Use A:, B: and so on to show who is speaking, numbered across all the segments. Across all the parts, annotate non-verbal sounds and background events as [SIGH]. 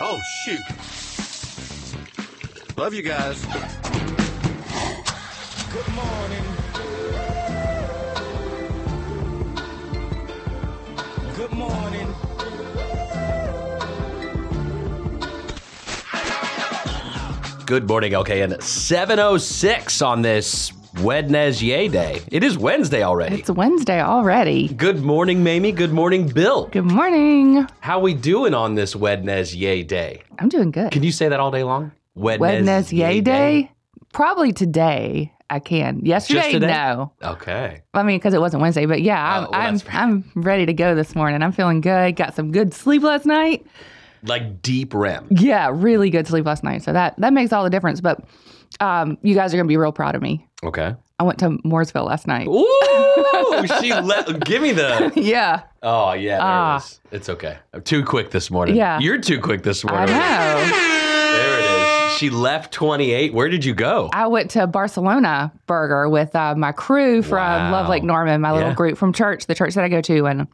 A: Oh, shoot. Love you guys.
B: Good morning. Good morning.
C: Good morning, okay, and 706 on this Wednesday day. It is Wednesday already.
D: It's Wednesday already.
C: Good morning, Mamie. Good morning, Bill.
D: Good morning.
C: How we doing on this Wednesday day?
D: I'm doing good.
C: Can you say that all day long?
D: Wednesday day? Probably today. I can. Yesterday,
C: today?
D: no.
C: Okay.
D: I mean, because it wasn't Wednesday, but yeah, I'm,
C: Oh, well,
D: I'm,
C: that's
D: I'm ready to go this morning. I'm feeling good. Got some good sleep last night.
C: Like deep REM.
D: Yeah, really good sleep last night. So that that makes all the difference. But um, you guys are gonna be real proud of me.
C: Okay.
D: I went to Mooresville last night.
C: Ooh, she let [LAUGHS] give me the.
D: [LAUGHS] Yeah,
C: Oh yeah, there
D: Ah.
C: it is. It's okay. I'm too quick this morning.
D: Yeah.
C: you're too quick this
D: I
C: morning.
D: know.
C: There it is. She left 28. Where did you go?
D: I went to Barcelona Burger with uh, my crew from
C: Wow.
D: Love Lake Norman, my little
C: Yeah.
D: group from church, the church that I go to, and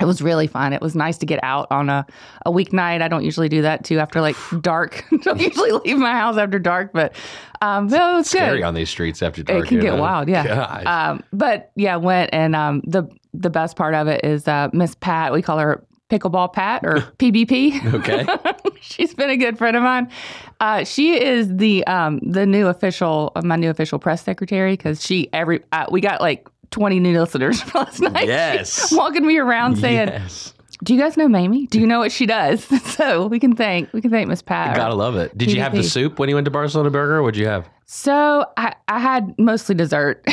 D: it was really fun. It was nice to get out on a, a weeknight. I don't usually do that too after like dark. [LAUGHS] don't usually leave my house after dark, but um, no, it's
C: Scary
D: good.
C: on these streets after dark.
D: It can
C: you
D: get
C: know?
D: wild, yeah.
C: [LAUGHS] Gosh.
D: Um, but yeah, went and um, the the best part of it is uh, Miss Pat. We call her Pickleball
C: [LAUGHS]
D: Pat or PBP.
C: okay.
D: [LAUGHS] She's been a good friend of mine. Uh, she is the um, the new official, uh, my new official press secretary because she every uh, we got like twenty new listeners [LAUGHS] last night.
C: Yes.
D: She's [LAUGHS] walking me around saying,
C: yes.
D: "Do you guys know Mamie? Do you know what she does?" [LAUGHS] so we can thank we can thank Miss Pat.
C: Gotta love it. Did you have the
D: PvP.
C: soup when you went to Barcelona Burger? What'd you have?
D: So I, I had mostly dessert.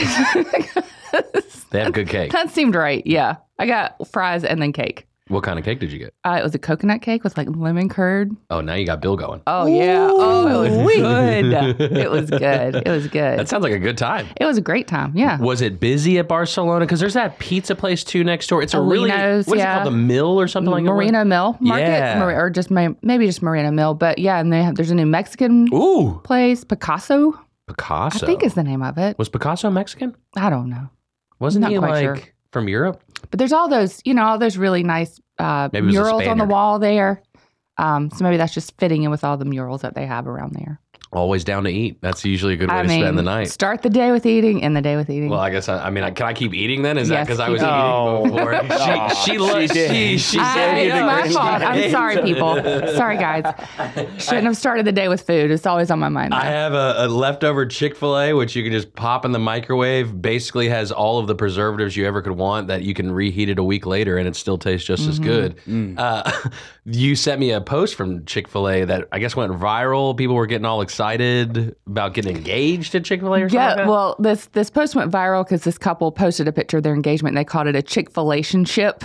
C: They have good cake.
D: that seemed right. Yeah, I got fries and then cake.
C: What kind of cake did you get?
D: Uh, it was a coconut cake with like lemon curd.
C: Oh, now you got Bill going.
D: Oh yeah. Oh, it was
C: [LAUGHS]
D: good. it was good. It was good.
C: That sounds like a good time.
D: It was a great time. Yeah.
C: Was it busy at Barcelona? Because there's that pizza place too next door. It's a really
D: Alino's,
C: what's
D: yeah.
C: it called? The Mill or something like
D: Marina Mill Market,
C: Yeah.
D: Mar- or just ma- maybe just Marina Mill, but yeah, and they have there's a new Mexican
C: that? Ooh,
D: place, Picasso,
C: Picasso.
D: I think is the name of it.
C: was Picasso Mexican?
D: I don't know,
C: Wasn't
D: Not
C: he like
D: quite sure.
C: from Europe?
D: but there's all those you know all those really nice uh,
C: Maybe it was a
D: murals on the
C: Spaniard.
D: wall there. Um, so maybe that's just fitting in with all the murals that they have around there.
C: Always down to eat. That's usually a good way
D: I
C: to
D: mean,
C: spend the night.
D: start the day with eating, end the day with eating.
C: well, I guess I, I mean, I, can I keep eating then? Is that
D: Yes,
C: because I
D: keep
C: was
D: eating.
C: eating [LAUGHS] before? she, she, lo- she, she
D: I-
C: said
D: it's
C: it
D: my
C: agreed.
D: fault. I'm sorry, people.
C: [LAUGHS]
D: Sorry, guys. Shouldn't have started the day with food. It's always on my mind.
C: I
D: though.
C: have a, a leftover Chick fil A, which you can just pop in the microwave. Basically, has all of the preservatives you ever could want that you can reheat it a week later and it still tastes just
D: Mm-hmm.
C: as good.
D: Mm.
C: Uh, [LAUGHS] you sent me a post from Chick fil A that I guess went viral. People were getting all excited about getting engaged at Chick fil A or something. like
D: Yeah,
C: that?
D: well, this this post went viral because this couple posted a picture of their engagement. and They called it a chick [LAUGHS] ship.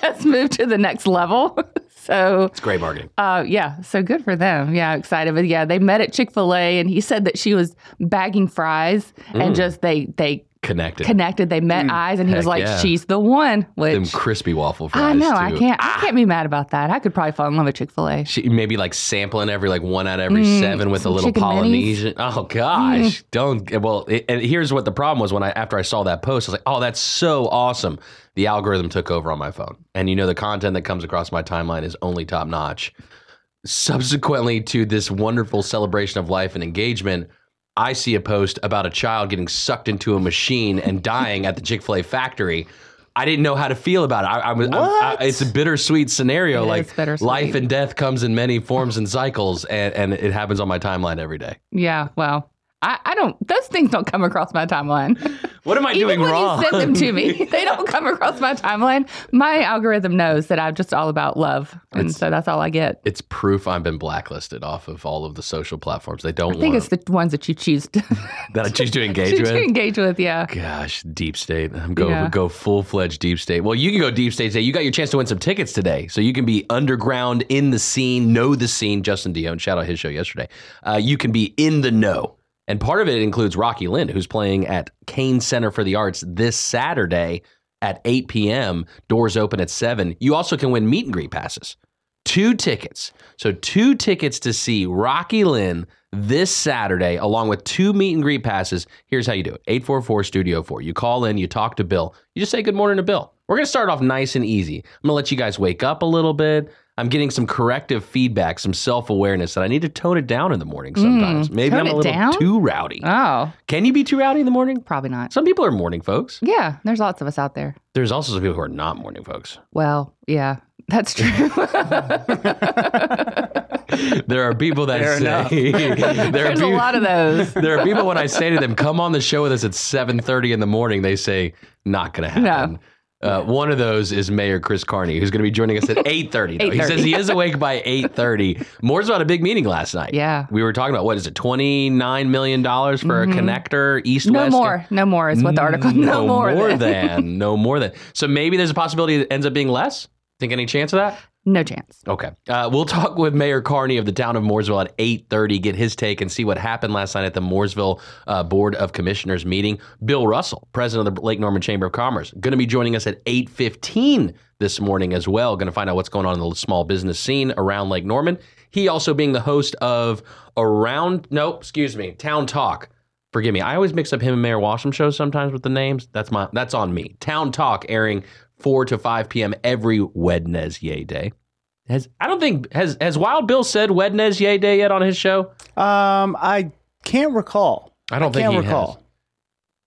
D: That's moved to the next level. [LAUGHS] So,
C: it's great marketing.
D: uh, yeah, so good for them. Yeah, excited. But yeah, they met at Chick Fil A, and he said that she was bagging fries,
C: Mm.
D: and just they they
C: Connected. Hmm.
D: connected. They met eyes, and he was
C: Heck
D: like,
C: yeah.
D: "She's the one."
C: Them
D: Which
C: crispy waffle fries.
D: I know I
C: too. Ah.
D: can't I can't be mad about that. I could probably fall in love with Chick Fil A.
C: She maybe like sampling every like one out of every seven with a
D: Mm, some
C: little
D: chicken minis.
C: Polynesian. Oh gosh, don't. Well, it, and here's what the problem was when I after I saw that post, I was like, oh, that's so awesome. The algorithm took over on my phone, and you know the content that comes across my timeline is only top notch. Subsequently to this wonderful celebration of life and engagement. I see a post about a child getting sucked into a machine and dying at the Chick Fil A factory. I didn't know how to feel about it. I, I was. I'm- I- it's a bittersweet scenario.
D: It is
C: like
D: bittersweet.
C: life and death comes in many forms and cycles, and, and it happens on my timeline every day.
D: Yeah, well, I, I don't. Those things don't come across my timeline.
C: [LAUGHS] What am I
D: Even
C: doing
D: when
C: wrong?
D: you send them
C: [LAUGHS]
D: to me, they don't come across my timeline. My algorithm knows that I'm just all about love, and so that's all I get.
C: it's proof I've been blacklisted off of all of the social platforms. They don't
D: I think
C: want
D: it's the ones that you choose to, [LAUGHS]
C: [LAUGHS] that I choose to engage
D: choose to
C: with.
D: engage with. Yeah,
C: Gosh, deep state. I'm go
D: Yeah.
C: go full fledged deep state. Well, you can go deep state today. You got your chance to win some tickets today, so you can be underground in the scene, know the scene. Justin Dion, shout out his show yesterday. Uh, you can be in the know, and part of it includes Rocky Lynn, who's playing at Kane Center for the Arts this Saturday at 8 p.m. Doors open at seven. You also can win meet and greet passes two tickets. So two tickets to see Rocky Lynn this Saturday, along with two meet and greet passes. Here's how you do it: eight four four Studio Four. You call in, you talk to Bill, you just say good morning to Bill. We're gonna start off nice and easy. I'm gonna let you guys wake up a little bit. I'm getting some corrective feedback, some self awareness that I need to tone it down in the morning sometimes. Maybe
D: Mm, Tone
C: I'm a
D: it
C: little
D: down?
C: too rowdy.
D: Oh,
C: Can you be too rowdy in the morning?
D: probably not.
C: Some people are morning folks.
D: Yeah, there's lots of us out there.
C: There's also some people who are not morning folks.
D: Well, yeah,
C: [LAUGHS]
D: that's true.
C: There are people that [LAUGHS] say there are
D: there's a
C: people,
D: lot of those.
C: there are people when I say to them, "Come on the show with us at 7:30 in the morning," they say, "Not going to happen." Uh, one of those is Mayor Chris Carney, who's going to be joining us at
D: [LAUGHS]
C: 8:30. though. He
D: 8:30.
C: says he is awake by 8:30. Moore's about a big meeting last night.
D: Yeah.
C: we were talking about what is it, 29 million dollars for a connector east
D: Mm-hmm. No
C: west. Mm,
D: more. No more is what the article. [LAUGHS] No, more. than-
C: than. No more than. So maybe there's a possibility it ends up being less. Think any chance of that?
D: [LAUGHS] No chance.
C: Okay. Uh, we'll talk with Mayor Carney of the town of Mooresville at 8.30, get his take and see what happened last night at the Mooresville uh, Board of Commissioners meeting. Bill Russell, president of the Lake Norman Chamber of Commerce, going to be joining us at 8.15 this morning as well. Going to find out what's going on in the small business scene around Lake Norman. He also being the host of Around, no, excuse me, Town Talk. Forgive me. I always mix up him and Mayor Washam shows sometimes with the names. That's my that's on me. Town Talk airing 4 to 5 p.m. every Wednesday day. Has I don't think has has Wild Bill said Wednesday Yay Day yet on his show?
E: Um, I can't recall.
C: I don't think
E: can't
C: he
E: recall.
C: has.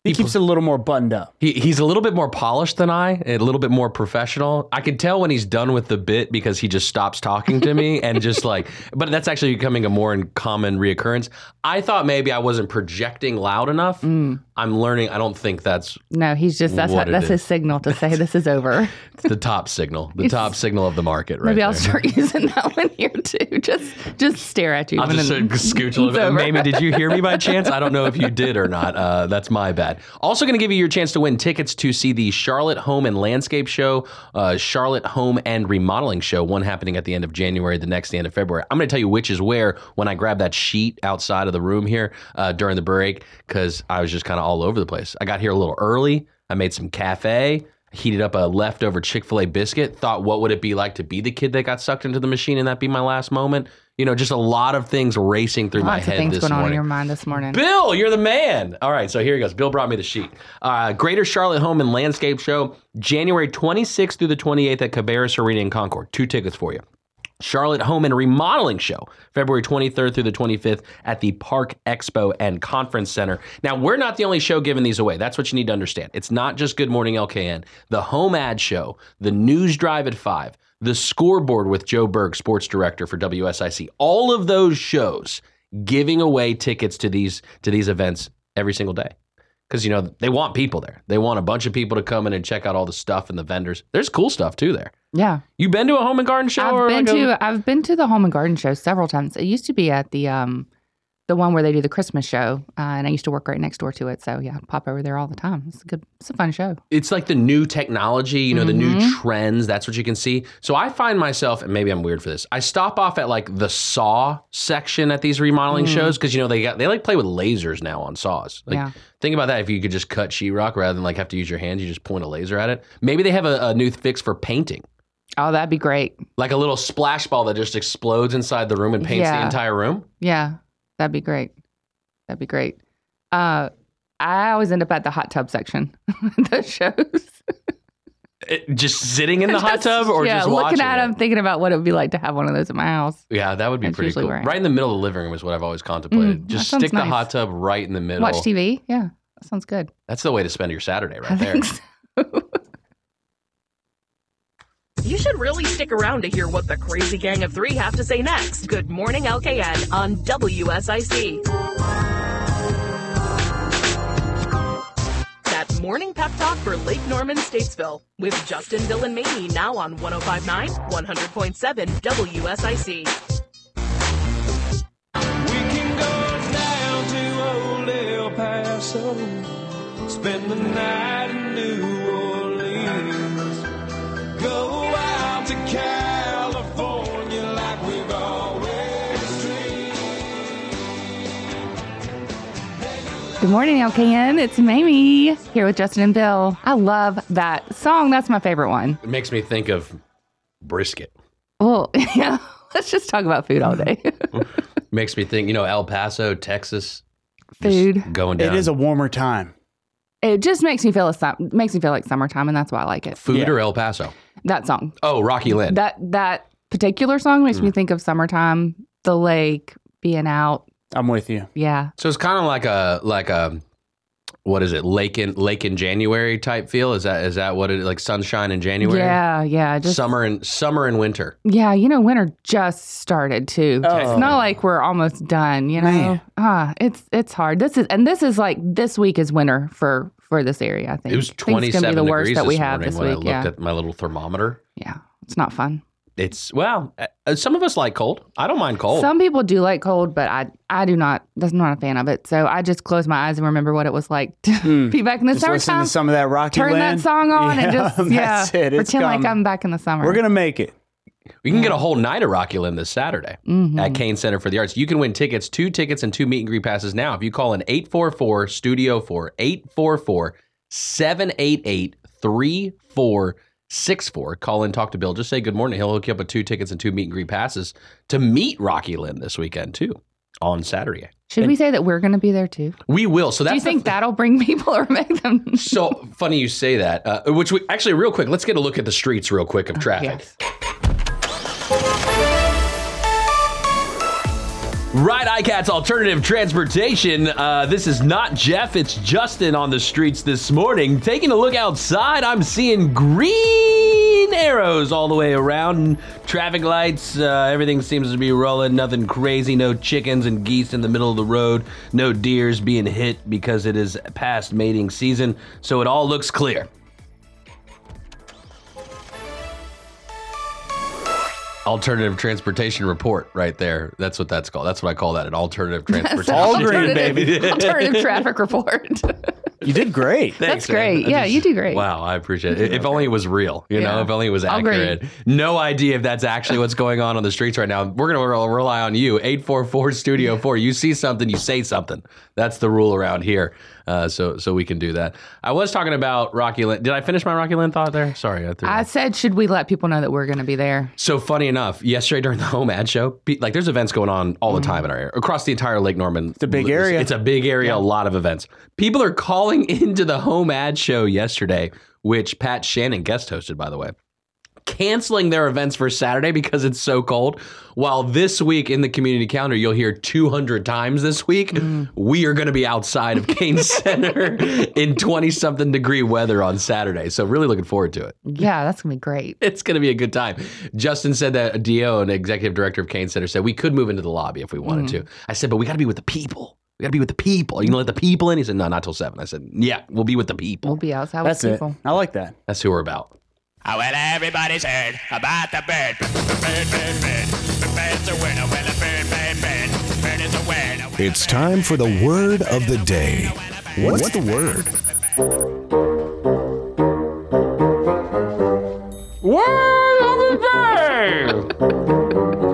E: He, keeps it a little more buttoned up.
C: He, he's a little bit more polished than I, a little bit more professional. I can tell when he's done with the bit because he just stops talking to me and just like. But that's actually becoming a more in- common reoccurrence. I thought maybe I wasn't projecting loud enough. I'm learning. I don't think that's
D: No, he's just that's
C: What it
D: that's
C: is.
D: his signal to say this is over.
C: the top signal, the top signal of the market [LAUGHS] right
D: Maybe
C: there.
D: I'll start using that [LAUGHS] one here too. Just just stare at you.
C: I'll
D: when
C: just
D: it- [LAUGHS]
C: uh, scooch a little
D: it's
C: bit.
D: over.
C: Mamie, did you hear me by chance? I don't know if you did or not. Uh, that's my bad. Also, going to give you your chance to win tickets to see the Charlotte Home and Landscape Show, uh, Charlotte Home and Remodeling Show, one happening at the end of January, the next the end of February. I'm going to tell you which is where when I grab that sheet outside of the room here uh, during the break because I was just kind of all over the place. I got here a little early. I made some cafe heated up a leftover chick-fil-a biscuit thought what would it be like to be the kid that got sucked into the machine and that be my last moment you know just a lot of things racing through my
D: Lots of
C: head
D: things
C: this
D: going on in
C: morning
D: your mind this morning.
C: Bill, you're the man. All right, so here he goes. Bill brought me the sheet. Uh, Greater Charlotte Home and Landscape Show, January 26th through the 28th at Cabarrus Arena in Concord. Two tickets for you. Charlotte Home and Remodeling Show, February 23rd through the 25th at the Park Expo and Conference Center. Now, we're not the only show giving these away. That's what you need to understand. It's not just Good Morning LKN, the Home Ad Show, the News Drive at 5, the Scoreboard with Joe Berg, sports director for WSIC. All of those shows giving away tickets to these to these events every single day because you know they want people there they want a bunch of people to come in and check out all the stuff and the vendors there's cool stuff too there
D: Yeah.
C: you been to a home and garden show
D: I've
C: or
D: been
C: like a-
D: to I've been to the Home and Garden Show several times. It used to be at the um the one where they do the Christmas show, uh, and I used to work right next door to it. So yeah, I pop over there all the time. It's a good, it's a fun show.
C: it's like the new technology, you know, the
D: Mm-hmm.
C: new trends. That's what you can see. So I find myself, and maybe I'm weird for this. I stop off at like the saw section at these remodeling shows because you know they got they like play with lasers now on saws. Like,
D: Mm. Yeah.
C: Think about that. If you could just cut sheetrock rather than like have to use your hands, you just point a laser at it. Maybe they have a, a new fix for painting,
D: Oh, that'd be great.
C: like a little splash ball that just explodes inside the room and paints the
D: Yeah.
C: entire
D: [LAUGHS]
C: room.
D: Yeah, that'd be great. That'd be great. Uh, I always end up at the hot tub section. [LAUGHS] at Those shows.
C: It- just sitting
D: [LAUGHS]
C: in the hot
D: Just-
C: tub or
D: yeah,
C: just
D: looking
C: watching
D: at
C: it?
D: them, thinking about what it would be like to have one of those at my house.
C: Yeah, that would be
D: That's
C: pretty
D: usually
C: cool.
D: where I
C: Right in the middle of the living room is what I've always contemplated.
D: Mm,
C: just
D: that sounds
C: stick the
D: nice.
C: hot tub right in the middle.
D: Watch TV. Yeah, that sounds good.
C: That's the way to spend your Saturday
D: I [LAUGHS]
C: right there.
D: think so.
F: You should really stick around to hear what the crazy gang of three have to say next. Good morning, LKN on WSIC. That morning pep talk for Lake Norman, Statesville, with Justin, Bill, and Mamie now on 1059, 100.7 WSIC.
B: We can go down to old El Paso, spend the night in New Orleans, go out to California like we've always dreamed.
D: Good morning, LKN. It's Mamie here with Justin and Bill. I love that song. That's my favorite one.
C: It makes me think of brisket.
D: Well, [LAUGHS] yeah, let's just talk about food all day.
C: Makes me think, you know, El Paso, Texas. [LAUGHS] just
D: food.
C: going down.
E: It is a warmer time.
D: It just makes me feel a, sum- makes me feel like summertime, and that's why I like it.
C: food
E: Yeah.
C: or El Paso.
D: That song.
C: Oh, Rocky Lynn. Mm.
D: That that particular song makes me think of summertime, the lake, being out.
E: I'm with you.
D: Yeah.
C: So it's kind of like a like a what is it lake in lake in January type feel? Is that is that what it like sunshine in January?
D: Yeah. Yeah. Just
C: summer and summer and winter.
D: yeah. You know, winter just started too.
E: Oh.
D: It's not like we're almost done. You know.
E: Man.
D: Ah, it's it's hard. This is and this is like this week is winter for for this area. I think
C: It was
D: Things
C: twenty
D: gonna
C: seven
D: be the worst
C: degrees
D: that we
C: this
D: have
C: morning
D: this
C: when I
D: week.
C: looked
D: Yeah.
C: at my little thermometer.
D: yeah. It's not fun.
C: It's well, uh, some of us like cold. I don't mind cold.
D: Some people do like cold, but I I do not. That's not a fan of it. So I just close my eyes and remember what it was like to be back in the
E: Just listen
D: summertime.
E: to some of that Rocky
D: Turn
E: Land.
D: that song on
E: [LAUGHS]
D: and
C: [LAUGHS]
D: just yeah,
E: that's it. It's
D: pretend like
E: coming.
D: I'm back in the summer. Mm.
E: We're gonna make it.
C: We can get a whole night at Rockyland this Saturday
D: Mm-hmm.
C: at Kane Center for the Arts. You can win tickets, two tickets, and two meet and greet passes now. If you call in 844 Studio 4, 844 788 3464. Call in, talk to Bill. Just say good morning. He'll hook you up with two tickets and two meet and greet passes to meet Rocky Lynn this weekend, too, on Saturday.
D: Should we say that we're going to be there too?
C: We will. So that's
D: Do you
C: the
D: think
C: th-
D: that'll bring [LAUGHS] people or make them?
C: So funny you say that. Uh, which we actually, real quick, let's get a look at the streets, real quick, of traffic.
D: Oh, Yes.
C: Right ICAT's alternative transportation. Uh, this is not Jeff, it's Justin on the streets this morning. Taking a look outside, I'm seeing green arrows all the way around. Traffic lights, uh, everything seems to be rolling, nothing crazy, no chickens and geese in the middle of the road, no deers being hit because it is past mating season, so it all looks clear. alternative transportation report right there. That's what that's called. That's what I call that an [LAUGHS] alternative transportation.
E: All green,
D: Alternative,
E: baby.
C: [LAUGHS]
D: alternative traffic report.
E: You did great.
D: That's
C: Thanks, man.
D: great.
C: I
D: Yeah,
C: just-
D: you do great.
C: Wow, I appreciate it. If only it was real, you know,
D: Yeah.
C: if only it was
D: I'll agree.
C: accurate. No idea if that's actually what's going on on the streets right now. We're going to re- rely on you. 844 Studio 4. You see something, you say something. That's the rule around here. Uh, so so we can do that. I was talking about Rocky Lynn. Did I finish my Rocky Lynn thought there? Sorry. I threw
D: [LAUGHS] I said, should we let people know that we're going to be there?
C: So funny enough, yesterday during the home ad show, pe- like there's events going on all the time in our area, across the entire Lake Norman. It's
E: Mm-hmm. a big area.
C: It's a big area, a lot of events. People are calling [LAUGHS] into the home ad show yesterday, which Pat Shannon guest hosted, by the way, canceling their events for Saturday because it's so cold. While this week in the community calendar, you'll hear 200 times this week,
E: Mm.
C: we are going to be outside of
E: [LAUGHS]
C: Kane Center in 20 something degree weather on Saturday. So really looking forward to it
D: Yeah, that's going to be great.
C: [LAUGHS] it's going to be a good time. Justin said that Dio, an executive director of Kane Center, said we could move into the lobby if we wanted
D: Mm-hmm.
C: to. I said, but we got to be with the people. We got to be with the people. You gonna let the people in? He said, no, not till seven. I said, yeah, we'll be with the
D: We'll
C: people.
D: be outside
E: That's
D: with
E: it.
D: people.
E: I like that.
C: That's who we're about.
G: Oh, well, everybody's heard about the bird. Bird, bird, bird. Bird's a word. Oh, well, a bird, bird, bird. Bird is a word. Oh, well,
H: It's time for the word of the day. What's the word?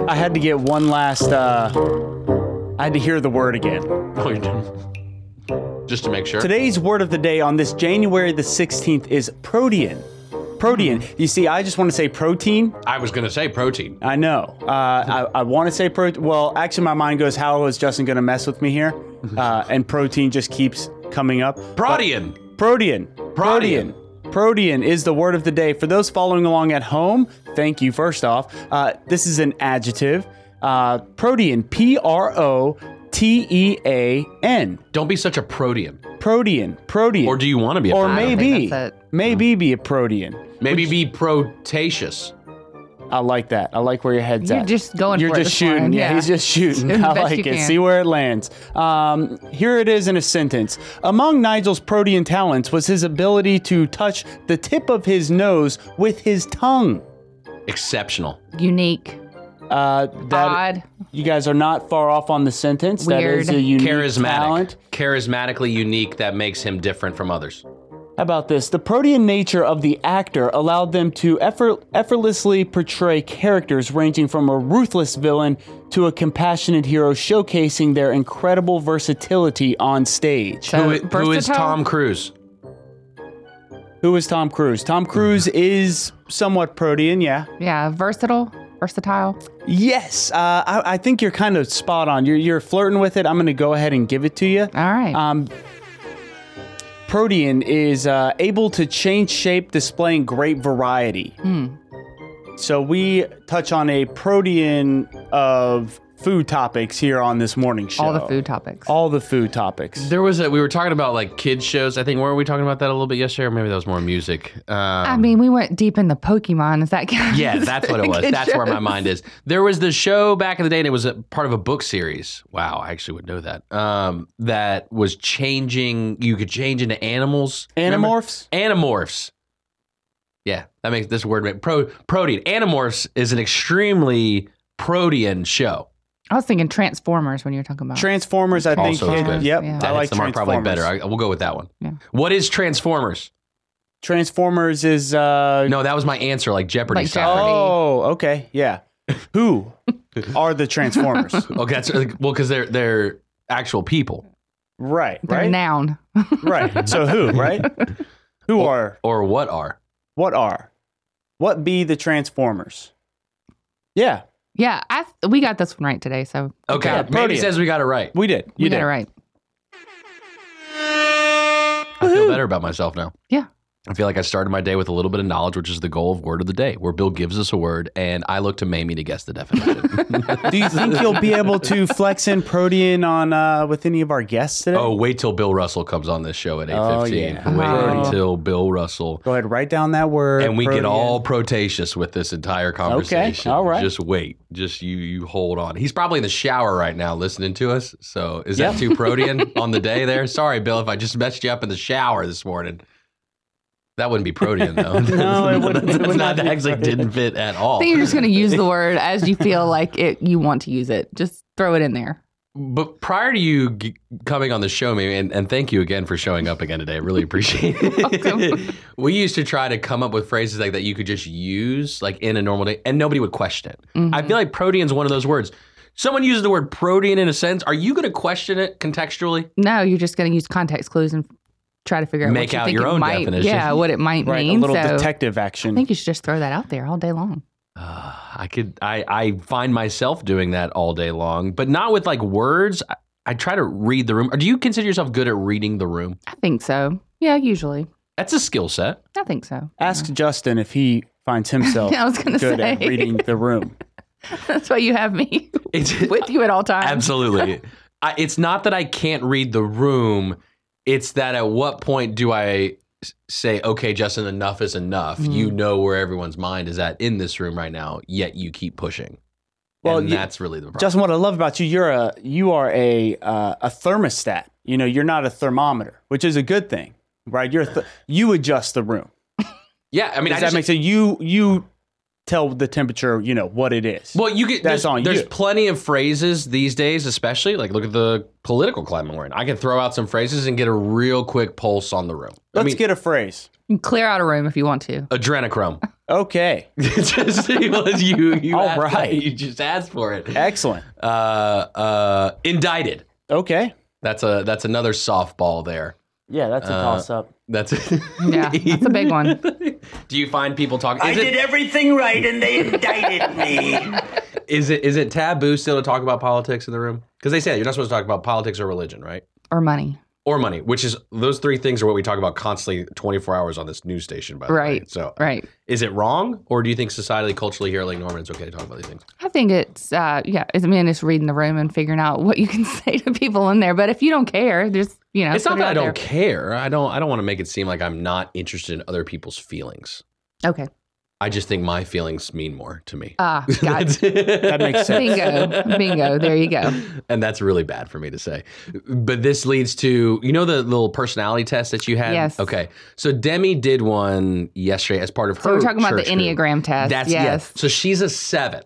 E: I had to get one last. uh I had to hear the
C: [LAUGHS]
E: word again.
C: Oh, Just to make sure.
E: Today's word of the day on this January the 16th is protean. Protean. You see, I just want to say protein.
C: I was going to say protein.
E: I know. Uh, I, I want to say protein. Well, actually, my mind goes, how is Justin going to mess with me here? Uh, and protein just keeps coming up.
C: Protein.
E: Protean.
C: Protean.
E: Protean. Protean is the word of the day. For those following along at home, thank you, first off. Uh, this is an adjective. Uh, protean, P R O T E A N.
C: Don't be such a protean.
E: Protean. Protean.
C: Or do you want to be a
E: Or
C: protean?
D: think
E: maybe.
D: that's it.
E: Maybe be a protean.
C: Maybe be protaceous.
E: I like that. I like where your head's
D: You're
E: at.
D: just going
E: You're
D: for it
E: just
D: this
E: shooting.
D: morning,
E: Yeah,
D: yeah.
E: he's just
D: [LAUGHS]
E: shooting.
D: Doing the
E: I
D: best
E: like
D: you
E: it.
D: can.
E: See where it lands. Um, here it is in a sentence. Among Nigel's protean talents was his ability to touch the tip of his nose with his tongue.
C: Exceptional.
D: Unique,
E: Uh, that
D: odd.
E: you guys are not far off on the sentence. That is
D: Weird.
E: a unique
C: Charismatic.
E: talent.
C: Charismatically unique that makes him different from others.
E: How about this? The protean nature of the actor allowed them to effort, effortlessly portray characters ranging from a ruthless villain to a compassionate hero, showcasing their incredible versatility on stage.
D: So
C: Who i- who is
D: versatile.
C: Tom Cruise?
E: Who is Tom Cruise? Tom Cruise is somewhat protean, yeah.
D: Yeah, versatile, versatile.
E: Yes, uh, I, I think you're kind of spot on. You're, you're flirting with it. I'm going to go ahead and give it to you.
D: All right.
E: Um,
D: Hmm.
E: protean is uh, able to change shape, displaying great variety. So we touch on a protean of food topics here on this morning show.
D: All the food topics.
E: All the food topics.
C: There was a we were talking about like kids shows. I think weren't we talking about that a little bit yesterday, or maybe that was more music. Um,
D: I mean, we went deep into Pokemon. Is that count? [LAUGHS]
C: yeah, that's what it was.
D: Kid
C: That's where my
D: shows.
C: mind is. There was the show back in the day, and it was a part of a book series. Wow, I actually would know that. Um, that was changing. You could change into animals. Remember?
E: Animorphs?
C: Animorphs. Yeah, that makes this word make pro protean. Animorphs is an extremely protean show.
D: I was thinking Transformers when you were talking about.
E: Transformers, I think.
C: Also is
E: kid-
C: good.
E: Yep.
D: Yeah.
E: I
D: That
C: That
E: like
C: hits the mark
E: Transformers.
C: probably better. I, we'll go with that one.
D: Yeah.
C: What is Transformers?
E: Transformers is. Uh,
C: No, that was my answer, like Jeopardy
D: Like
C: style.
E: Oh, okay. Yeah.
C: [LAUGHS]
E: Who are the Transformers?
C: Okay, that's well because they're they're actual people
E: right.
D: their
E: Right.
D: noun.
E: Right. So
C: [LAUGHS]
E: who? Right. Who are?
C: or what are.
E: What are? What be the Transformers? Yeah,
D: Yeah, I th- we got this one right today. So
C: Okay,
E: Yeah,
C: maybe
E: protean.
C: says we got it right.
E: we did.
D: we
E: You
D: got
E: did.
D: it right.
C: I feel better about myself now.
D: Yeah.
C: I feel like I started my day with a little bit of knowledge, which is the goal of word of the day, where Bill gives us a word and I look to Mamie to guess the definition.
E: [LAUGHS] Do you think you'll
C: [LAUGHS]
E: be able to flex in protean on uh, with any of our guests today?
C: oh, wait till Bill Russell comes on this show at eight
E: Oh,
C: fifteen.
E: yeah.
C: Wait
D: Oh.
C: until Bill Russell.
E: Go ahead, write down that word.
C: And we
E: protean.
C: get all protaceous with this entire conversation.
E: all right.
C: Just wait. Just you you hold on. He's probably in the shower right now listening to us. So is
E: Yep.
C: that too
E: [LAUGHS]
C: protean on the day there? Sorry, Bill, if I just messed you up in the shower this morning. That wouldn't be protean though.
E: [LAUGHS]
C: [LAUGHS]
E: No, it wouldn't- it
C: That's
E: would
C: not,
E: not
C: that
E: be
C: actually
E: protean.
C: didn't fit at all.
D: I think you're
C: [LAUGHS]
D: just going to use the word as you feel like it. You want to use it. Just throw it in there.
C: But prior to you g- coming on the show, maybe, and, and thank you again for showing up again today. I really appreciate it. [LAUGHS] we used to try to come up with phrases like that you could just use like in a normal day, and nobody would question it.
D: Mm-hmm.
C: I feel like protean's one of those words. Someone uses the word protean in a sense. Are you going to question it contextually?
D: No, you're just going to use context clues and try to figure out
C: Make
D: what you
C: out
D: think
C: your
D: it
C: own
D: might,
C: definition.
D: Yeah, what it might
E: right. A
D: mean.
E: little
D: so
E: detective
D: I
E: action.
D: think you should just throw that out there all day long.
C: I could. I I find myself doing that all day long, but not with like words. I, I try to read the room. Or do you consider yourself good at reading the room?
D: I think so. Yeah, usually.
C: That's a skill set.
D: I think so. [LAUGHS]
E: Ask Justin if he finds himself
D: Yeah, [LAUGHS] I was gonna
E: good at
D: say.
E: reading the room.
D: That's why you have me
C: It's,
E: [LAUGHS]
D: with you at all times.
C: Absolutely. I, it's not that I can't read the room. It's that at what point do I s- say, okay, Justin, enough is enough.
E: Mm.
C: You know where everyone's mind is at in this room right now, yet you keep pushing.
E: Well,
C: Well, [LAUGHS] and
E: you-
C: that's really the problem.
E: Justin, what I love about you, you're a you are a uh, a thermostat. You know, you're not a thermometer, which is a good thing, right? You're a th- you adjust the room.
C: yeah, I mean,
E: Does
C: I
E: that
C: just-
E: make sense? You you tell the temperature, you know what it is.
C: Well, you get
E: That's
C: there's,
E: on
C: there's
E: you.
C: plenty of phrases these days, especially like look at the political climate we're in. I can throw out some phrases and get a real quick pulse on the room.
E: Let's
C: I mean,
E: get a phrase.
D: You can clear out a room if you want to.
C: adrenochrome. [LAUGHS]
E: Okay,
C: just you, you,
E: [LAUGHS] All
C: asked-
E: right.
C: you just asked for it.
E: excellent.
C: uh, uh, indicted.
E: Okay,
C: That's a that's another softball there.
E: yeah, that's
C: Uh,
E: a toss up.
C: That's [LAUGHS] it.
D: Yeah, that's
C: [LAUGHS]
D: a big one.
C: Do you find people talking? Is it,
I: everything right and they indicted me.
C: is it is it taboo still to talk about politics in the room? Because they say that you're not supposed to talk about politics or religion, right?
D: Or money.
C: Or money, which is those three things are what we talk about constantly, 24 hours on this news station. By the way.
D: Right.
C: So,
D: Right.
C: is it wrong, or do you think societally, culturally, here at Lake Norman, it's okay to talk about these things?
D: I think it's uh yeah, it's, I mean it's reading the room and figuring out what you can [LAUGHS] say to people in there. But if you don't care, just you know,
C: it's not
D: put it
C: that I
D: out
C: don't care. I don't. I don't want to make it seem like I'm not interested in other people's feelings.
D: there. Okay.
C: I just think my feelings mean more to [LAUGHS] me.
D: Ah, got it.
E: That makes sense.
D: Bingo. Bingo. There you go.
C: [LAUGHS] and that's really bad for me to say. But this leads to you know the little personality test that you had.
D: Yes.
C: Okay. So Demi did one yesterday as part of her.
D: So we're talking about the
C: Oh, church group.
D: Enneagram test.
C: That's
D: yes.
C: yes. So she's a seven.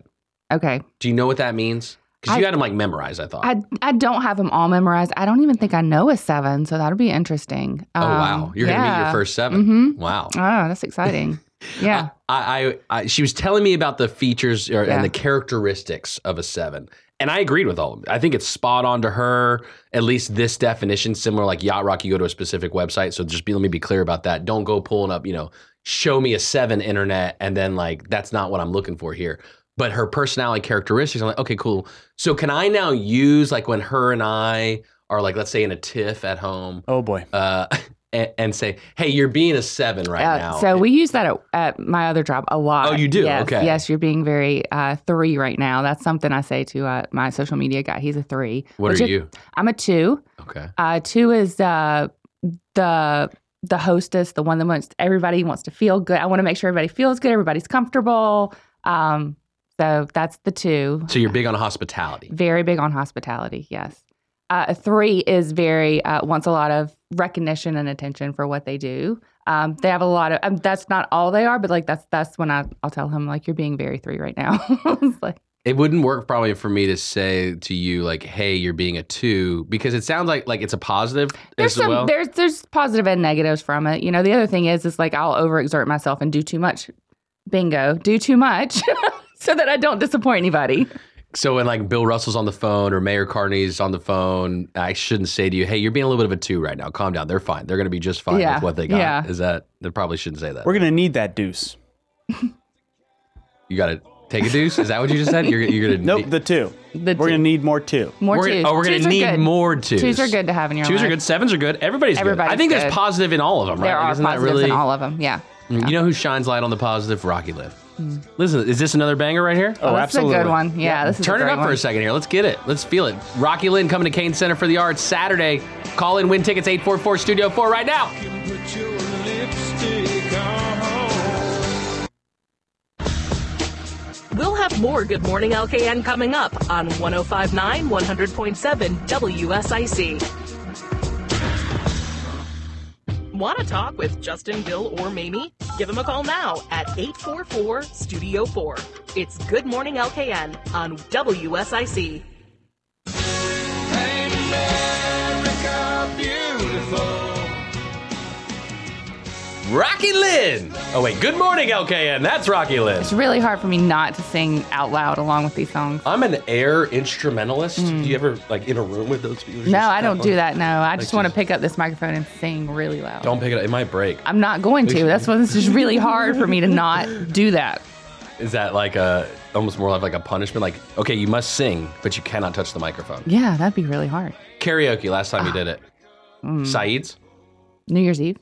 D: Okay.
C: Do you know what that means? Because you
D: I-
C: had them like memorized. I thought.
D: I I don't have them all memorized. I don't even think I know a seven, so that'll be interesting. Um,
C: oh wow, you're gonna meet your first 7
D: Mhm.
C: Wow.
D: Oh,
C: [LAUGHS]
D: that's exciting. yeah.
C: I, I, I she was telling me about the features or,
D: Yeah.
C: and the characteristics of a seven, and I agreed with all of them. I think it's spot on to her. At least this definition, similar like yacht rock, you go to a specific website. So just be let me be clear about that. Don't go pulling up, you know, show me a seven internet, and then like that's not what I'm looking for here. But her personality characteristics, I'm like, okay, cool. So can I now use like when her and I are like, let's say in a tiff at home,
E: Oh boy,
C: uh, [LAUGHS] and, and say, "Hey, you're being a seven right
D: Uh,
C: now."
D: so we use that at, at my other job a lot.
C: Oh, you do?
D: Yes,
C: Okay.
D: Yes, you're being very uh, three right now. That's something I say to uh, my social media guy. He's a three.
C: What
D: which
C: are
D: is-
C: you?
D: I'm a two.
C: Okay.
D: Uh, two is uh, the the hostess, the one that wants everybody wants to feel good. I want to make sure everybody feels good, everybody's comfortable. Um, so that's the two.
C: So you're big on hospitality.
D: Very big on hospitality. Yes. Uh, a three is very uh, wants a lot of recognition and attention for what they do. Um, they have a lot of. Um, that's not all they are, but like that's that's when I I'll tell him like you're being very three right now. [LAUGHS] It's like,
C: It wouldn't work probably for me to say to you like, "Hey, you're being a two because it sounds like like it's a positive
D: there's
C: as
D: some
C: well.
D: there's there's positive and negatives from it. You know, the other thing is is like I'll overexert myself and do too much. Bingo, do too much [LAUGHS] so that I don't disappoint anybody.
C: so when like Bill Russell's on the phone or Mayor Carney's on the phone, I shouldn't say to you, "Hey, you're being a little bit of a two right now. Calm down. They're fine. They're going to be just fine
D: Yeah.
C: with what they got."
D: Yeah.
C: Is that they probably shouldn't say that.
E: We're gonna need that deuce.
C: you got to take a deuce. Is that what you just said? You're you're going to
E: Nope, the two.
D: The
E: We're
D: two.
E: gonna need more two.
D: More
C: We're gonna-
D: twos.
C: oh, we're gonna
D: Twos are
C: need
D: good.
C: more twos.
D: Twos are good to have in your
C: Twos
D: life.
C: are good. Sevens are good. Everybody's, good. I
D: Everybody's
C: think
D: good.
C: there's positive in all of them, right?
D: There
C: Like,
D: are
C: isn't that
D: positives
C: really,
D: in all of them. Yeah.
C: You know who shines light on the positive? Rocky Live. Listen, is this another banger right here?
E: Oh,
D: That's
E: absolutely.
D: a good one. Yeah, this is
C: Turn
D: a
C: it
D: great
C: up for
D: one.
C: a second here. Let's get it. Let's feel it. Rocky Lynn coming to Kane Center for the Arts Saturday. Call in, win tickets 844 Studio 4 right now.
B: Put your lipstick on.
F: We'll have more Good Morning LKN coming up on 1059 100.7 WSIC. Want to talk with Justin, Bill, or Mamie? Give them a call now at 844 Studio 4. It's Good Morning LKN on WSIC.
B: Paint America beautiful.
C: Rocky Lynn. Oh, wait. Good morning, LKN. That's Rocky Lynn.
D: It's really hard for me not to sing out loud along with these songs.
C: I'm an air instrumentalist. Do you ever, like, in a room with those people?
D: Hmm. No, I don't do that. No, I just
C: Like
D: want to
C: just-
D: pick up this microphone and sing really loud.
C: Don't pick it up. It might break.
D: I'm not going to. That's why this is really hard for me to not do that.
C: Is that like a, almost more like a punishment? Like, okay, you must sing, but you cannot touch the microphone.
D: Yeah, that'd be really hard.
C: Karaoke, last time you did it.
D: Mm.
C: Saeed's?
D: New Year's Eve?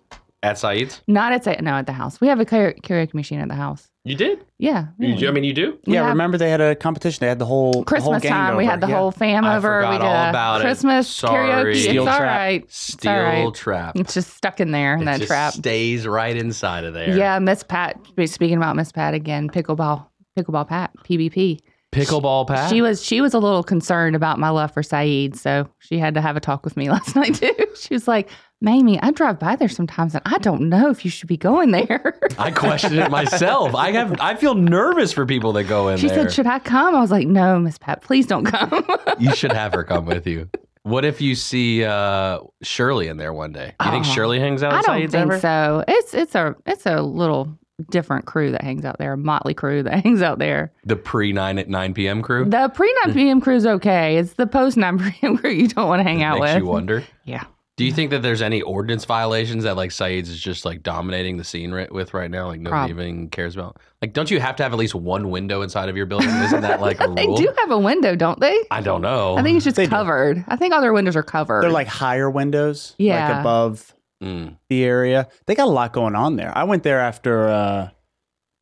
C: At Saeed's?
D: Not at sa- no at the house. We have a kara- karaoke machine at the house.
C: You did?
D: Yeah.
C: You,
D: yeah.
C: I mean, you do?
D: We
E: Yeah,
D: have
E: remember they had a competition. They had the whole the whole
D: Christmas
E: gang
D: time. We
E: over.
D: had the
E: Yeah.
D: whole fam
C: I
D: over. we
C: forgot
D: did
C: all
D: a
C: about it.
D: Christeel
C: Sorry.
D: karaoke.
E: Steel
D: it's all
E: trap.
D: right. It's
C: Steel
D: all right.
C: trap.
D: It's just stuck in there in
C: It
D: that
C: just
D: trap.
C: stays right inside of there.
D: Yeah, Miss Pat. Speaking about Miss Pat again, pickleball, pickleball Pat, PBP.
C: Pickleball pass.
D: She was she was a little concerned about my love for Saeed, so she had to have a talk with me [LAUGHS] last night too. She was like, "Mamie, I drive by there sometimes, and I don't know if you should be going there."
C: I question it myself. I have. I feel nervous for people that go in
D: She
C: there.
D: said, "Should I come?" I was like, "No, Miss Pat, please don't come."
C: you should have her come with you. What if you see uh, Shirley in there one day? You think
D: Oh.
C: Shirley hangs out?
D: I
C: with
D: don't
C: Saeeds
D: think
C: ever?
D: so. It's it's a it's a little different crew that hangs out there, a motley crew that [LAUGHS] hangs out there.
C: The pre nine at nine p.m. crew
D: The pre
C: [LAUGHS]
D: 9 p.m. crew is okay. It's the post 9 p.m. [LAUGHS] crew you don't want to hang out
C: makes
D: with.
C: you wonder.
D: Yeah.
C: Do you think that there's any ordinance violations that like Saeeds is just like dominating the scene right, with right now? Like nobody
D: Prob-
C: even cares about. Like, don't you have to have at least one window inside of your building? Isn't that like a
D: [LAUGHS] They
C: rule?
D: do have a window, don't they?
C: I don't know.
D: I think it's just
E: They do.
D: covered. I think all their windows are covered.
E: They're like higher windows, like
D: Yeah.
E: above
C: Mm.
E: the area. They got a lot going on there. I went there after. uh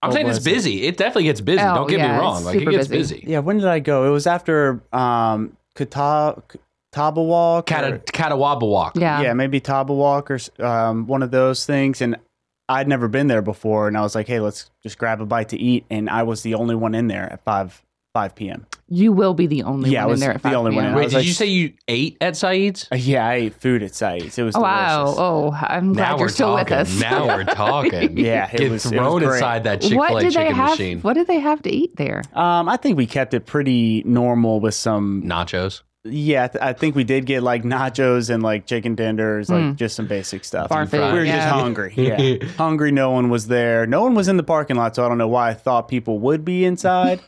C: I'm
E: Or
C: saying it's
E: was it?
C: busy. It definitely gets busy.
D: Oh,
C: Don't get
D: yeah,
C: me
D: it's
C: wrong. Like it
D: super
C: gets
D: busy.
C: busy.
E: Yeah, when did I go? It was after um Kata- Tabawalk.
C: Cata,
E: or-
C: Catawba Walk.
D: yeah.
E: yeah. maybe Tabawalk or s- um, one of those things. And I'd never been there before, and I was like, hey, let's just grab a bite to eat. And I was the only one in there at five five p.m.
D: You will be the only
E: Yeah, I
D: one
E: was
D: in there at
E: the
D: 5
E: only one
D: p.m.
E: in
C: Wait,
E: I was
C: did
E: like-
C: you say you ate at Saeed's?
E: Uh, Yeah, I ate food at Saeed's. It was
D: Oh, wow.
E: delicious.
D: Oh, I'm glad you're still
C: talking.
D: with us.
C: Now we're talking.
E: [LAUGHS] Yeah, it
C: get
E: was- it was
C: thrown
E: great.
C: inside that Chick
D: [LAUGHS] what
C: Fil A
D: did they
C: chicken
D: have?
C: machine.
D: What did they have to eat there?
E: Um, I think we kept it pretty normal with some.
D: Um,
C: Nachos.
E: Yeah, I th- I think we did get like nachos and like chicken tenders, like
C: Hmm.
E: just some basic stuff.
D: Bar
E: we
D: food,
E: were just
D: yeah.
E: hungry.
C: [LAUGHS]
E: Yeah, hungry. No one was there. No one was in the parking lot, so I don't know why I thought people would
C: [LAUGHS]
E: be inside.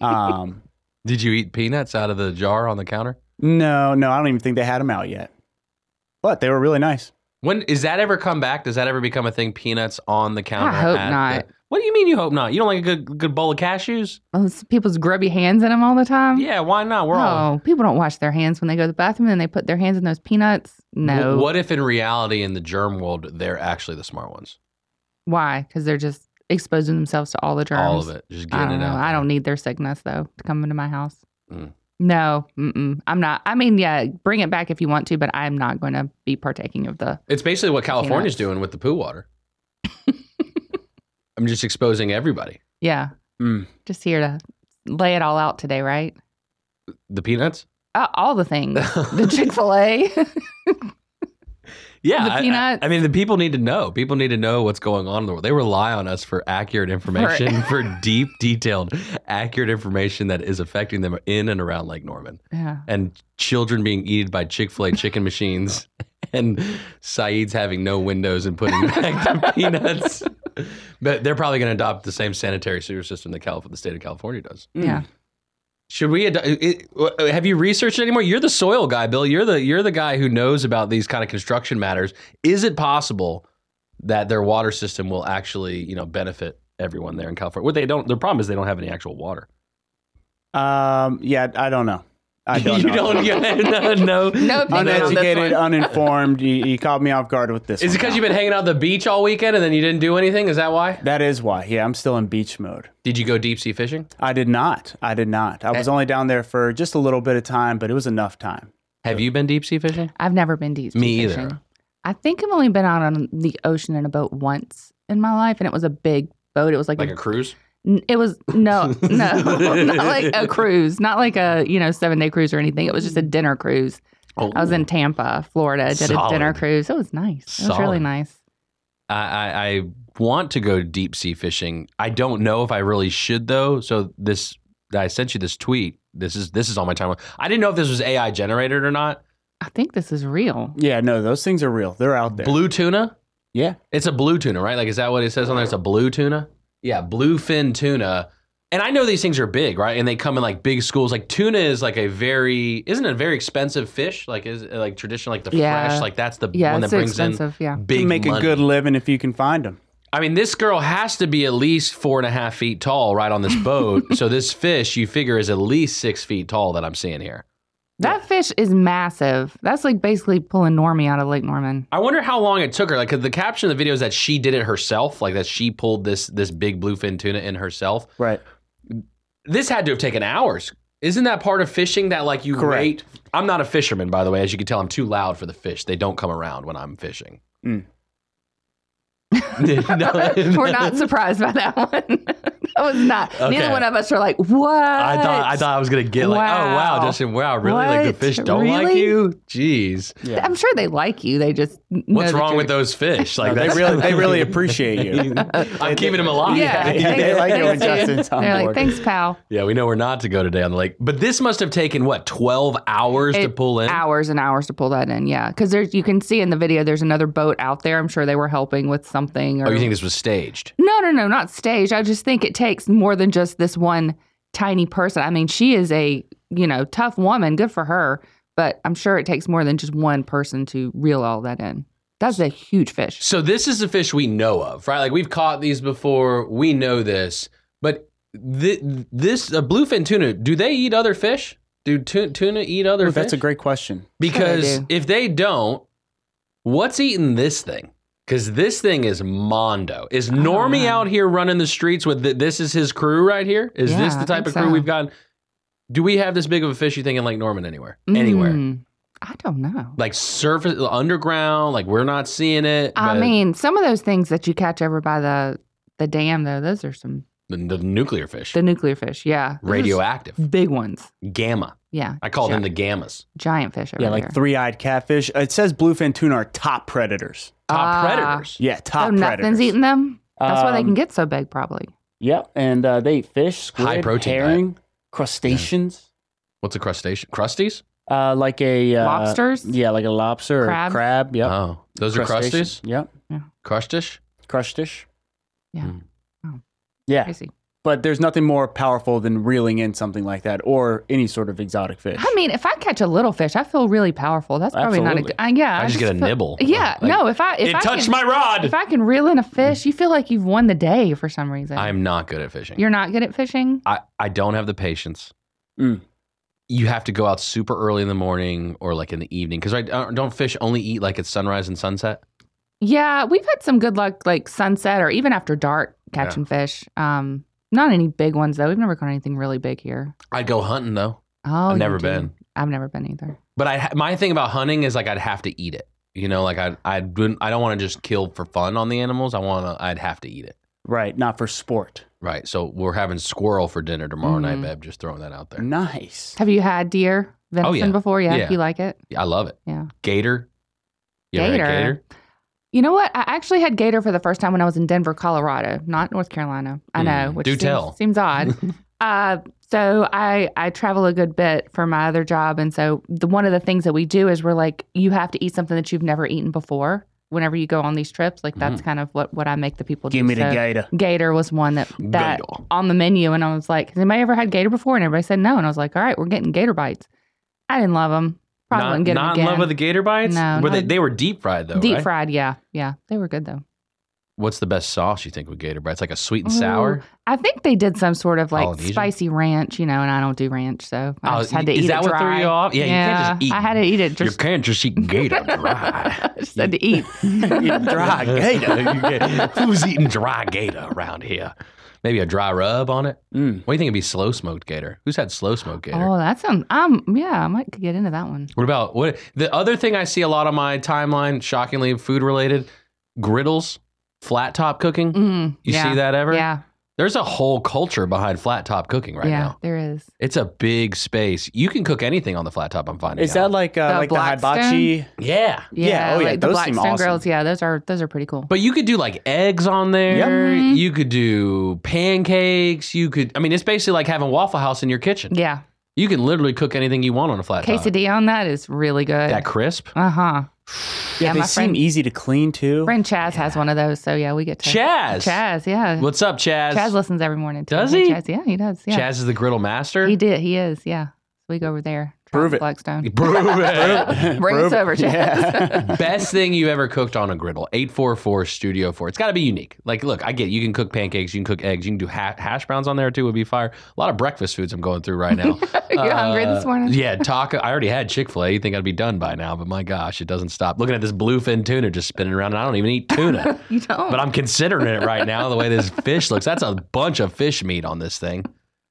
E: um,
C: Did you eat peanuts out of the jar on the counter?
E: no, no, I don't even think they had them out yet. But they were really nice.
C: When is that ever come back? Does that ever become a thing? Peanuts on the counter.
D: I hope
C: at
D: not.
C: the- What do you mean you hope not? You don't like a good good bowl of cashews?
D: Oh, it's people's grubby hands in them all the time.
C: Yeah, why not? We're all.
D: No, people don't wash their hands when they go to the bathroom and they put their hands in those peanuts. No.
C: W- What if in reality, in the germ world, they're actually the smart ones?
D: Why? Because they're just exposing themselves to all the germs.
C: All of it, just
D: I
C: getting
D: don't
C: it
D: know.
C: out.
D: I
C: there.
D: don't need their sickness though to come into my house.
C: Mm.
D: No, mm-mm. I'm not. I mean, yeah, bring it back if you want to, but I'm not going to be partaking of the.
C: It's basically what California's
D: Peanuts.
C: doing with the poo
D: [LAUGHS]
C: water. I'm just exposing everybody.
D: Yeah,
C: Mm.
D: just here to lay it all out today, right?
C: The peanuts.
D: Uh, all the
C: [LAUGHS]
D: things. the Chick Fil A.
C: Yeah,
D: The
C: I- I-
D: peanuts.
C: I, mean, the people need to know. People need to know what's going on in the world. They rely on us for accurate information, for
D: [LAUGHS]
C: deep, detailed, accurate information that is affecting them in and around Lake Norman,
D: [LAUGHS] yeah.
C: and children being eaten by Chick Fil A chicken machines, and Saeed's having no windows and putting back the peanuts. But they're probably going to adopt the same sanitary sewer system that Calif- the state of California does.
D: Yeah.
C: Should we? Ad- it, it- have you researched it anymore? You're the soil guy, Bill. You're the you're the guy who knows about these kind of construction matters. Is it possible that their water system will actually, you know, benefit everyone there in California? What they don't. Their problem is they don't have any actual water.
E: Um, yeah, I don't know.
C: [LAUGHS]
E: I don't
C: you
E: know.
C: don't. You no, no.
E: [LAUGHS]
D: No opinion on this
E: Uneducated,
D: one.
E: uninformed. You, you caught me off guard with this.
C: Is it
E: one.
C: because you've been hanging out at the beach all weekend and then you didn't do anything? Is that why?
E: That is why. Yeah, I'm still in beach mode.
C: Did you go deep sea fishing?
E: I did not. I did not. I was
C: Eh.
E: only down there for just a little bit of time, but it was enough time.
C: Have you been deep sea fishing?
D: I've never been deep sea
C: Me either.
D: fishing. I think I've only been out on the ocean in a boat once in my life, and it was a big boat. It was like,
C: Like
D: a
C: a cruise?
D: N- It was
C: [LAUGHS]
D: no, no, [LAUGHS] not like a cruise, not like a you know seven day cruise or anything. It was just a dinner cruise.
C: Oh,
D: I was in Tampa, Florida, did a dinner
C: Solid.
D: cruise. It was nice. It was
C: Solid.
D: really nice.
C: I, I, I want to go deep sea fishing. I don't know if I really should though. So this I sent you this tweet. This is this is on my timeline. I didn't know if this was AI generated or not.
D: I think this is real.
E: Yeah, no, those things are real. They're out there.
C: Blue tuna?
E: Yeah.
C: It's a blue tuna, right? Like is that what it says on there? It's a blue tuna? Yeah, bluefin tuna. And I know these things are big, right? And they come in like big schools. Like tuna is like a very isn't it a very expensive fish? Like is it like traditional like the
D: Yeah.
C: fresh, like that's the
D: Yeah,
C: one that
D: it's
C: brings
D: expensive. Yeah,
C: in
E: You
C: big
E: can make
C: money.
E: a good living if you can find them.
C: I mean, this girl has to be at least four and a half feet tall, right on this
E: [LAUGHS]
C: boat. so this fish, you figure, is at least six feet tall that I'm seeing here.
D: that fish is massive. That's like basically pulling Normie out of
C: [LAUGHS]
D: Lake Norman.
C: I wonder how long it took her. Like 'cause the caption of the video is that she did it herself, like that she pulled this this big bluefin tuna in herself.
E: Right.
C: This had to have taken hours. Isn't that part of fishing that like you
E: Correct.
C: rate? I'm not a fisherman, by the way. As you can tell, I'm too loud for the fish. They don't come around when I'm fishing.
E: Mm.
C: [LAUGHS]
E: [LAUGHS]
C: [LAUGHS] No.
D: We're not surprised by that one. [LAUGHS] that was not.
C: Okay.
D: Neither one of us were like, what?
C: I thought I thought I was gonna get like, oh wow,
D: Wow.
C: Justin, wow, really? Like
D: What?
C: the fish don't like
D: Really?
C: you? Jeez,
E: Yeah.
D: I'm sure they like you. They just
C: what's wrong with those fish? Like
E: No, they
C: that's- [LAUGHS]
E: really, they really appreciate
D: [LAUGHS]
E: you.
C: I'm keeping them alive. [LAUGHS]
D: Yeah,
E: Yeah, [LAUGHS] they
D: thanks-
E: like it when
D: thanks, dude.
E: Justin's on
D: They're
E: board.
D: like, thanks, pal.
C: Yeah, we know we're not to go today on the lake, but this must have taken what twelve hours to
D: It-
C: pull in.
D: hours and hours to pull that in. Yeah, because there's you can see in the video there's another boat out there. I'm sure they were helping with something. Or
C: Oh, you think this was staged?
D: no, no, no, not staged. I just think it takes more than just this one tiny person. I mean, she is a you know tough woman. Good for her, but I'm sure it takes more than just one person to reel all that in. That's a huge fish.
C: So this is a fish we know of, right? Like we've caught these before. We know this, but thi- this a bluefin tuna. Do they eat other fish? Do tu- tuna eat other
E: Ooh,
C: fish?
E: that's a great question.
C: Because
D: do.
C: if they don't, what's eating this thing? Because this thing is mondo. Is Normie out here running the streets with th this is his crew right here? Is this
D: Yeah,
C: the
D: I
C: type
D: think
C: of crew
D: so.
C: we've gotten? Do we have this big of a fish you think in Lake Norman anywhere? Anywhere?
D: Mm, I don't know.
C: Like surface, underground, like we're not seeing it.
D: I
C: but
D: mean, some of those things that you catch over by the the dam, though, those are some
C: the, the nuclear fish,
D: the nuclear fish. Yeah, Those are
C: radioactive,
D: s- big ones.
C: gamma.
D: Yeah,
C: I call them
D: gi-
C: the gammas.
D: giant fish over
E: Yeah,
D: here.
E: like three-eyed catfish. It says bluefin tuna are top predators.
C: Top
D: Ah.
C: predators.
E: Yeah, top
D: so nothing's
E: predators.
D: eating them. That's why they
E: Um,
D: can get so big, probably.
E: Yep, and uh, they eat fish, squid,
C: High protein
E: herring, crustaceans,
C: What's a crustacean? Crusties?
E: uh, like a uh,
D: Lobsters?
E: Yeah, like a lobster
D: Crab?
E: or crab. Yep,
C: Oh, those are
E: Crustacean.
C: crusties?
E: Yep,
C: Crustish?
E: crustish.
D: Yeah.
E: Yeah,
D: Crazy.
E: But there's nothing more powerful than reeling in something like that or any sort of exotic fish.
D: I mean, if I catch a little fish, I feel really powerful. That's probably not a
E: Absolutely.
D: good. Uh, yeah,
C: I just get a
D: feel-
C: nibble.
D: Yeah,
C: Like,
D: no. If I if
C: it
D: I
C: touched
D: can,
C: my rod.
D: If I can reel in a fish, you feel like you've won the day for some reason.
C: I'm not good at fishing.
D: You're not good at fishing.
C: I, I don't have the patience.
E: Mm.
C: You have to go out super early in the morning or like in the evening because I don't don't fish only eat like at sunrise and sunset.
D: Yeah, we've had some good luck, like sunset or even after dark, catching fish. Um, not any big ones though. We've never caught anything really big here.
C: I'd go hunting though,
D: Oh,
C: I've
D: you
C: never
D: do.
C: been.
D: I've never been either.
C: but I ha- my thing about hunting is like I'd have to eat it. You know, like I I wouldn't I don't want to just kill for fun on the animals. I want to I'd have to eat it.
E: Right, not for sport. Mm.
C: Right. So we're having squirrel for dinner tomorrow night,
D: Mhm.
C: babe. Just throwing that out there. Oh,
E: Nice.
D: Have you had deer venison
C: yeah.
D: before? Yeah,
C: Yeah.
D: you like it.
C: I love it.
D: Yeah.
C: Gator. You ever had
D: Gator? You know what? I actually had gator for the first time when I was in Denver, Colorado, not North Carolina. I know,
C: Mm,
D: which
C: do
D: seems,
C: tell.
D: seems
C: [LAUGHS]
D: odd. uh, so I I travel a good bit for my other job, and so the one of the things that we do is we're like, you have to eat something that you've never eaten before. Whenever you go on these trips, like
C: Mm.
D: that's kind of what what I make the people
E: Give
D: do.
E: me the
D: So
E: gator.
D: Gator was one that that
C: Gator.
D: on the menu, and I was like, has anybody ever had gator before? And everybody said no, and I was like, all right, we're getting gator bites. I didn't love them. Probably
C: Not,
D: wouldn't get 'em
C: not in
D: again.
C: love with the gator bites?
D: No,
C: Were
D: not-
C: they, they were deep fried though.
D: deep
C: right?
D: fried. Yeah, yeah, they were good though.
C: What's the best sauce you think with gator bites? Like a sweet and
D: Ooh,
C: sour?
D: I think they did some sort of like
C: Polynesian?
D: spicy ranch, you know, and I don't do ranch, so I
C: Oh,
D: just had to
C: is
D: eat
C: that
D: it
C: what
D: dry.
C: threw you off? Yeah, you can't just eat-
D: I had to eat it just.
C: you can't just eat
D: [LAUGHS]
C: gator dry.
D: I just had to eat.
C: [LAUGHS]
D: [LAUGHS]
E: Dry gator.
C: You get- who's eating dry gator around here? Maybe a dry rub on it?
E: Mm.
C: What do you think would be slow smoked gator? Who's had slow smoked gator?
D: Oh, that sounds. Um, yeah, I might could get into that one.
C: What about what the other thing I see a lot on my timeline, shockingly food related, griddles, flat top cooking.
D: Mm,
C: You
D: yeah.
C: see that ever?
D: Yeah,
C: There's a whole culture behind flat top cooking right
D: yeah,
C: now.
D: there is.
C: It's a big space. You can cook anything on the flat top. I'm finding.
E: Is
C: out.
E: that like uh,
D: The
E: like the
D: Blackstone?
E: hibachi?
C: yeah?
E: Yeah, oh, yeah,
D: like the
E: those seem
D: Blackstone
E: awesome.
D: girls. Yeah, those are those are pretty cool.
C: But you could do like eggs on there.
D: Yep.
C: You could do pancakes. You could. I mean, it's basically like having Waffle House in your kitchen.
D: yeah,
C: You can literally cook anything you want on a flat top.
D: quesadilla on that is really good.
C: That crisp. [SIGHS]
D: Uh huh.
E: Yeah,
D: [LAUGHS] Yeah,
E: they
D: my
E: seem
D: friend-
E: easy to clean too.
D: Friend Chaz has one of those, so yeah, we get to
C: Chaz.
D: Chaz, yeah.
C: What's up, Chaz?
D: Chaz listens every morning. Too.
C: Does
D: Hey,
C: he?
D: Chaz, yeah, he does. Yeah.
C: Chaz is the griddle master.
D: He did. He is. Yeah. We go over there.
E: [LAUGHS]
D: try
E: Prove
D: the
E: it.
D: Blackstone.
C: Brew it.
D: [LAUGHS] Bring us over, Chaz. [LAUGHS]
C: Best thing you ever cooked on a griddle. 844 Studio 4. It's got to be unique. Like, look, I get it. You can cook pancakes, you can cook eggs, you can do ha- hash browns on there too, would be fire. A lot of breakfast foods I'm going through right
D: [LAUGHS]
C: now. Uh,
D: You're hungry this morning?
C: Yeah, taco. I already had Chick fil A. You'd think I'd be done by now, but my gosh, it doesn't stop. Looking at this bluefin tuna just spinning around, and I don't even eat tuna.
D: [LAUGHS] You don't.
C: but I'm considering it right now, the way this fish looks. That's a bunch of fish meat on this thing.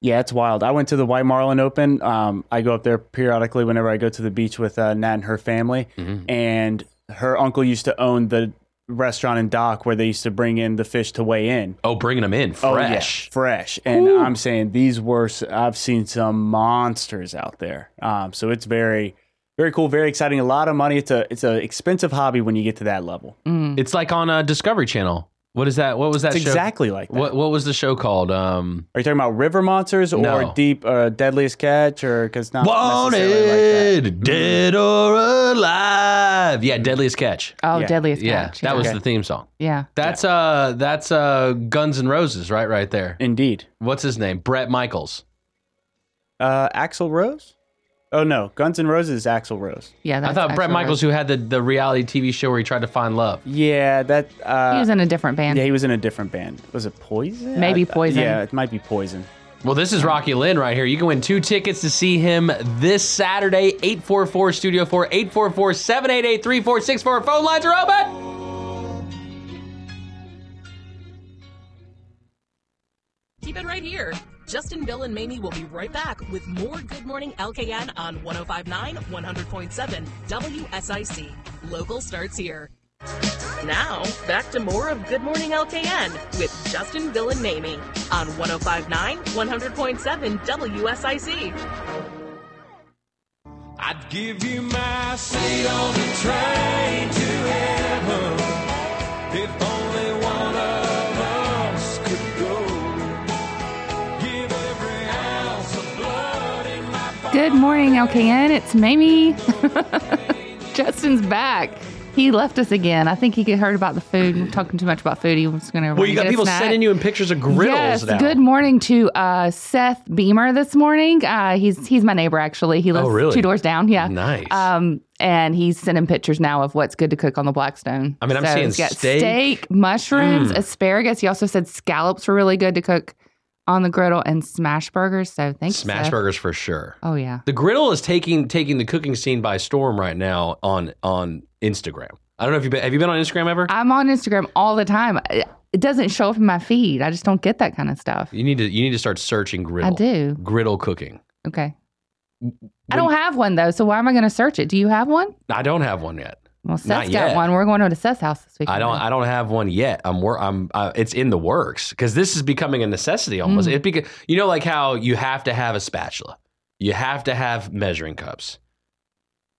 E: Yeah, it's wild. I went to the White Marlin Open. Um, I go up there periodically whenever I go to the beach with uh, Nat and her family.
C: Mm-hmm.
E: And her uncle used to own the restaurant and dock where they used to bring in the fish to weigh in.
C: Oh, bringing them in
E: Oh, yeah,
C: fresh.
E: fresh. And I'm saying these were, s- I've seen some monsters out there. Um, so it's very, very cool, very exciting. A lot of money. It's a, it's an expensive hobby when you get to that level.
D: Mm.
C: It's like on uh, Discovery Channel. What is that? What was that
E: It's
C: show?
E: exactly like that.
C: What, what was the show called? Um,
E: Are you talking about river monsters or
C: No.
E: deep or deadliest catch or because not necessarily like
C: Wanted, dead or alive. Yeah, Deadliest Catch.
D: oh,
E: Yeah.
D: deadliest
C: Yeah,
D: catch.
C: that was
E: Okay.
C: the theme song.
D: Yeah.
C: That's uh, that's uh, Guns N' Roses, right? Right there.
E: that. Indeed.
C: What's his name? Brett Michaels.
E: Uh, Axel Rose? Oh no, Guns N' Roses is Axel Rose.
D: Yeah.
C: I
D: that's
C: thought Brett
D: actually
C: Michaels, who had the, the reality TV show where he tried to find love.
E: Yeah, that.
D: right.
E: Uh,
D: He was in a different band.
E: yeah, he was in a different band. Was it Poison?
D: Maybe Poison.
E: yeah, it might be Poison.
C: Well, this is Rocky Lynn right here. You can win two tickets to see him this Saturday, 844 Studio 4, 844 788 3464. Phone lines are open.
F: Keep it right here. Justin, Bill, and Mamie will be right back with more Good Morning LKN on 1059, 100.7 WSIC. Local starts here. Now, back to more of Good Morning LKN with Justin, Bill, and Mamie on 1059, 100.7 WSIC.
B: I'd give you my seat on the train to heaven if only one of us could go. Give every ounce of blood in my
D: Good morning, LKN. It's Mamie. [LAUGHS] Justin's back. He left us again. I think he get- heard about the food. We're talking too much about food. He was going to.
C: Well, you got people sending you in pictures of grills
D: Yes.
C: now.
D: Good morning to uh, Seth Beamer this morning. Uh, he's he's my neighbor actually. He lives
C: Oh, really?
D: two doors down. Yeah.
C: Nice.
D: Um, and he's sending pictures now of what's good to cook on the Blackstone.
C: I mean, I'm seeing
D: he's got
C: steak. Mm.
D: mushrooms, asparagus. He also said scallops were really good to cook on the griddle and smash burgers. So thanks,
C: Smash
D: Seth.
C: burgers for sure.
D: Oh yeah.
C: The griddle is taking taking the cooking scene by storm right now on on Instagram. I don't know if you've been have you been on Instagram ever?
D: I'm on Instagram all the time. It it doesn't show up in my feed. I just don't get that kind of stuff.
C: you need to you need to start searching griddle.
D: I do.
C: Griddle cooking.
D: Okay. I don't have one though, so why am I going to search it? Do you have one?
C: I don't have one yet.
D: Well,
C: Not
D: Seth's
C: yet.
D: got one. We're going over to Seth's house this weekend.
C: I don't. I don't have one yet. I'm. Wor- I'm. Uh, it's in the works because this is becoming a necessity almost.
D: Mm.
C: It beca- You know, like how you have to have a spatula, you have to have measuring cups.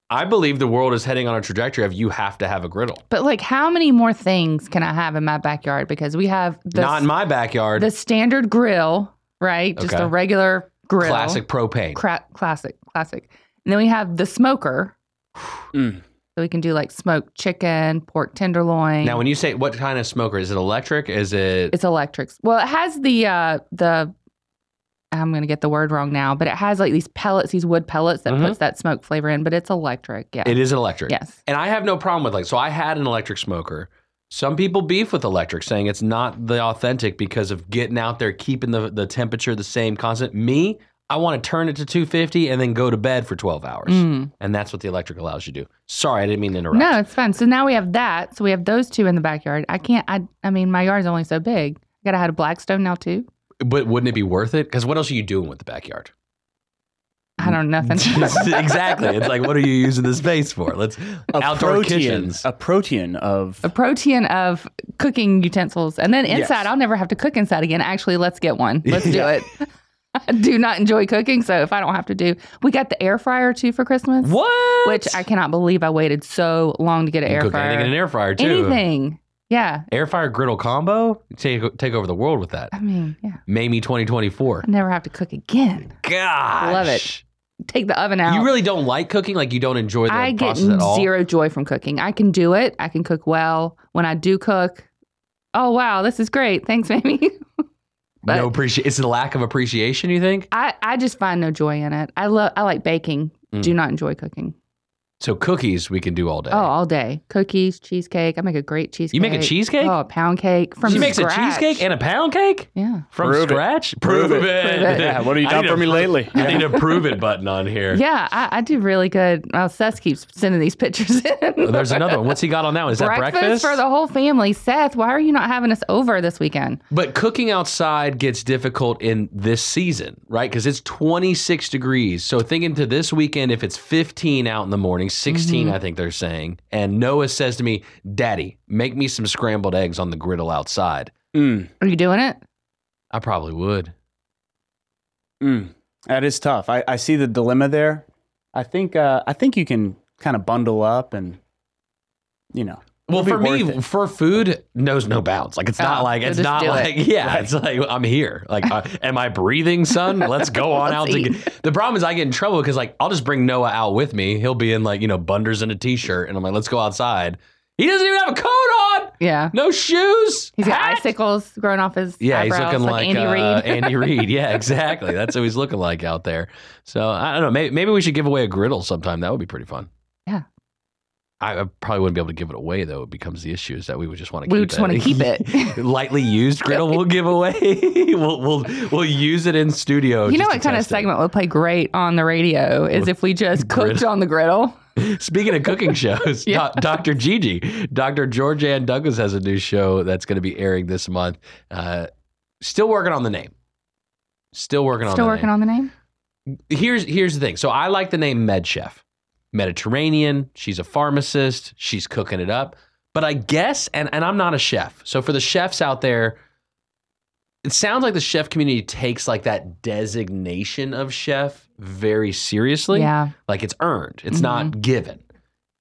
C: I believe the world is heading on a trajectory of you have to have a griddle.
D: But like, how many more things can I have in my backyard? Because we have the
C: Not in my backyard.
D: the standard grill, right? Just
C: Okay.
D: a regular grill,
C: classic propane.
D: Cra- classic, classic. And then we have the smoker, so we can do like smoked chicken, pork tenderloin.
C: Now, when you say what kind of smoker is it? Electric? Is it?
D: it's electric. Well, it has the uh the I'm going to get the word wrong now, but it has like these pellets, these wood pellets that
C: Mhm.
D: puts that smoke flavor in. But it's electric. Yeah.
C: It is an electric.
D: Yes.
C: And I have no problem with like. So I had an electric smoker. Some people beef with electric, saying it's not the authentic because of getting out there, keeping the, the temperature the same constant. Me, I want to turn it to 250 and then go to bed for 12 hours. And that's what the electric allows you to do. Sorry, I didn't mean to interrupt.
D: Mm. No, it's fun. So now we have that. So we have those two in the backyard. I can't. I. I mean, my yard's only so big. I gotta have a blackstone now too.
C: But wouldn't it be worth it? Because what else are you doing with the backyard?
D: I don't
C: [LAUGHS]
D: know nothing. [LAUGHS]
C: exactly. It's like, what are you using the space for? Let's outdoor
E: protein,
C: kitchens.
E: A protein of
D: a protein of cooking utensils, and then inside,
E: Yes.
D: I'll never have to cook inside again. Actually, let's get one.
C: [LAUGHS]
D: Let's do it. I do not enjoy cooking, so if I don't have to do, we got the air fryer too for Christmas.
C: What?
D: Which I cannot believe I waited so long to get an
C: You
D: air
C: can cook
D: fryer.
C: anything in an air fryer too.
D: Anything. Yeah.
C: Air fryer griddle combo. Take take over the world with that.
D: I mean, yeah.
C: Mamie 2024.
D: I never have to cook again.
C: Gosh.
D: Love it. Take the oven out.
C: You really don't like cooking? Like you don't enjoy the
D: I get
C: process at all?
D: zero joy from cooking. I can do it. I can cook well. When I do cook, oh wow, this is great. Thanks, [LAUGHS] Mamie. but-
C: no appreciation. It's a lack of appreciation, you think?
D: I, I just find no joy in it. I love I like baking.
C: Mm.
D: Do not enjoy cooking.
C: So cookies we can do all day.
D: Oh, all day. Cookies, cheesecake. I make a great cheesecake.
C: make a cheesecake?
D: Oh, a pound cake from
C: she makes
D: scratch.
C: a cheesecake and a pound cake?
D: yeah.
C: From
E: Prove it.
C: scratch?
E: Prove it. Yeah, what have you
C: I
E: done
C: need
E: for
C: a
E: me
C: pro-
E: lately?
C: I need a prove it button on here.
D: [LAUGHS] Yeah, I, I do really good. Well, Seth keeps sending these [LAUGHS] pictures in.
C: Oh, there's another one. What's he got on that one? Is that breakfast?
D: for the whole family. Seth, why are you not having us over this weekend?
C: But cooking outside gets difficult in this season, right? Because it's 26 degrees. So thinking to this weekend, if it's 15 out in the morning, 16, I think they're saying. And Noah says to me, Daddy, make me some scrambled eggs on the griddle outside.
E: Mm,
D: Are you doing it?
C: I probably would.
E: mm. that is tough. I, I see the dilemma there. I think uh, I think you can kind of bundle up and you know.
C: Well,
E: it'll
C: for
E: be
C: me,
E: worth it.
C: for food, knows no bounds. Like it's not
D: Oh,
C: like
D: so
C: it's
D: just
C: not
D: do it.
C: like [LAUGHS] yeah, it's like I'm here. Like, uh, am I breathing, son? Let's go on out to. Get, the problem is I get in trouble because like I'll just bring Noah out with me. He'll be in like you know bunders and a t-shirt, and I'm like, let's go outside. He doesn't even have a coat on.
D: Yeah.
C: No shoes.
D: He's got
C: Hat.
D: icicles growing off his
C: Yeah,
D: eyebrows,
C: he's looking like,
D: like, Andy
C: uh,
D: Reid. [LAUGHS]
C: Andy Reid. Yeah, exactly. That's who he's looking like out there. So I don't know. Maybe, maybe we should give away a griddle sometime. That would be pretty fun.
D: Yeah.
C: I, I probably wouldn't be able to give it away though. It becomes the issue is that we would just want to.
D: We
C: keep
D: just wanna keep
C: [LAUGHS]
D: it.
C: Lightly used griddle we'll give away. [LAUGHS] we'll, we'll we'll use it in studio.
D: You know
C: Oh, just to
D: what kind of
C: test it.
D: segment would play great on the radio is if we just cooked on the griddle.
C: [LAUGHS] Speaking of cooking shows,
D: [LAUGHS] Yeah.
C: Do- Dr. Gigi, Dr. George Ann Douglas has a new show that's going to be airing this month. Uh, still working on the name. Still working on
D: Still
C: the
D: working
C: name.
D: on the name?
C: here's here's the thing. So I like the name Med Chef. Mediterranean. She's a pharmacist. She's cooking it up. But I guess, and, and I'm not a chef. So for the chefs out there, it sounds like the chef community takes like that designation of chef very seriously.
D: Yeah. Mm-hmm.
C: Like it's earned. It's not given.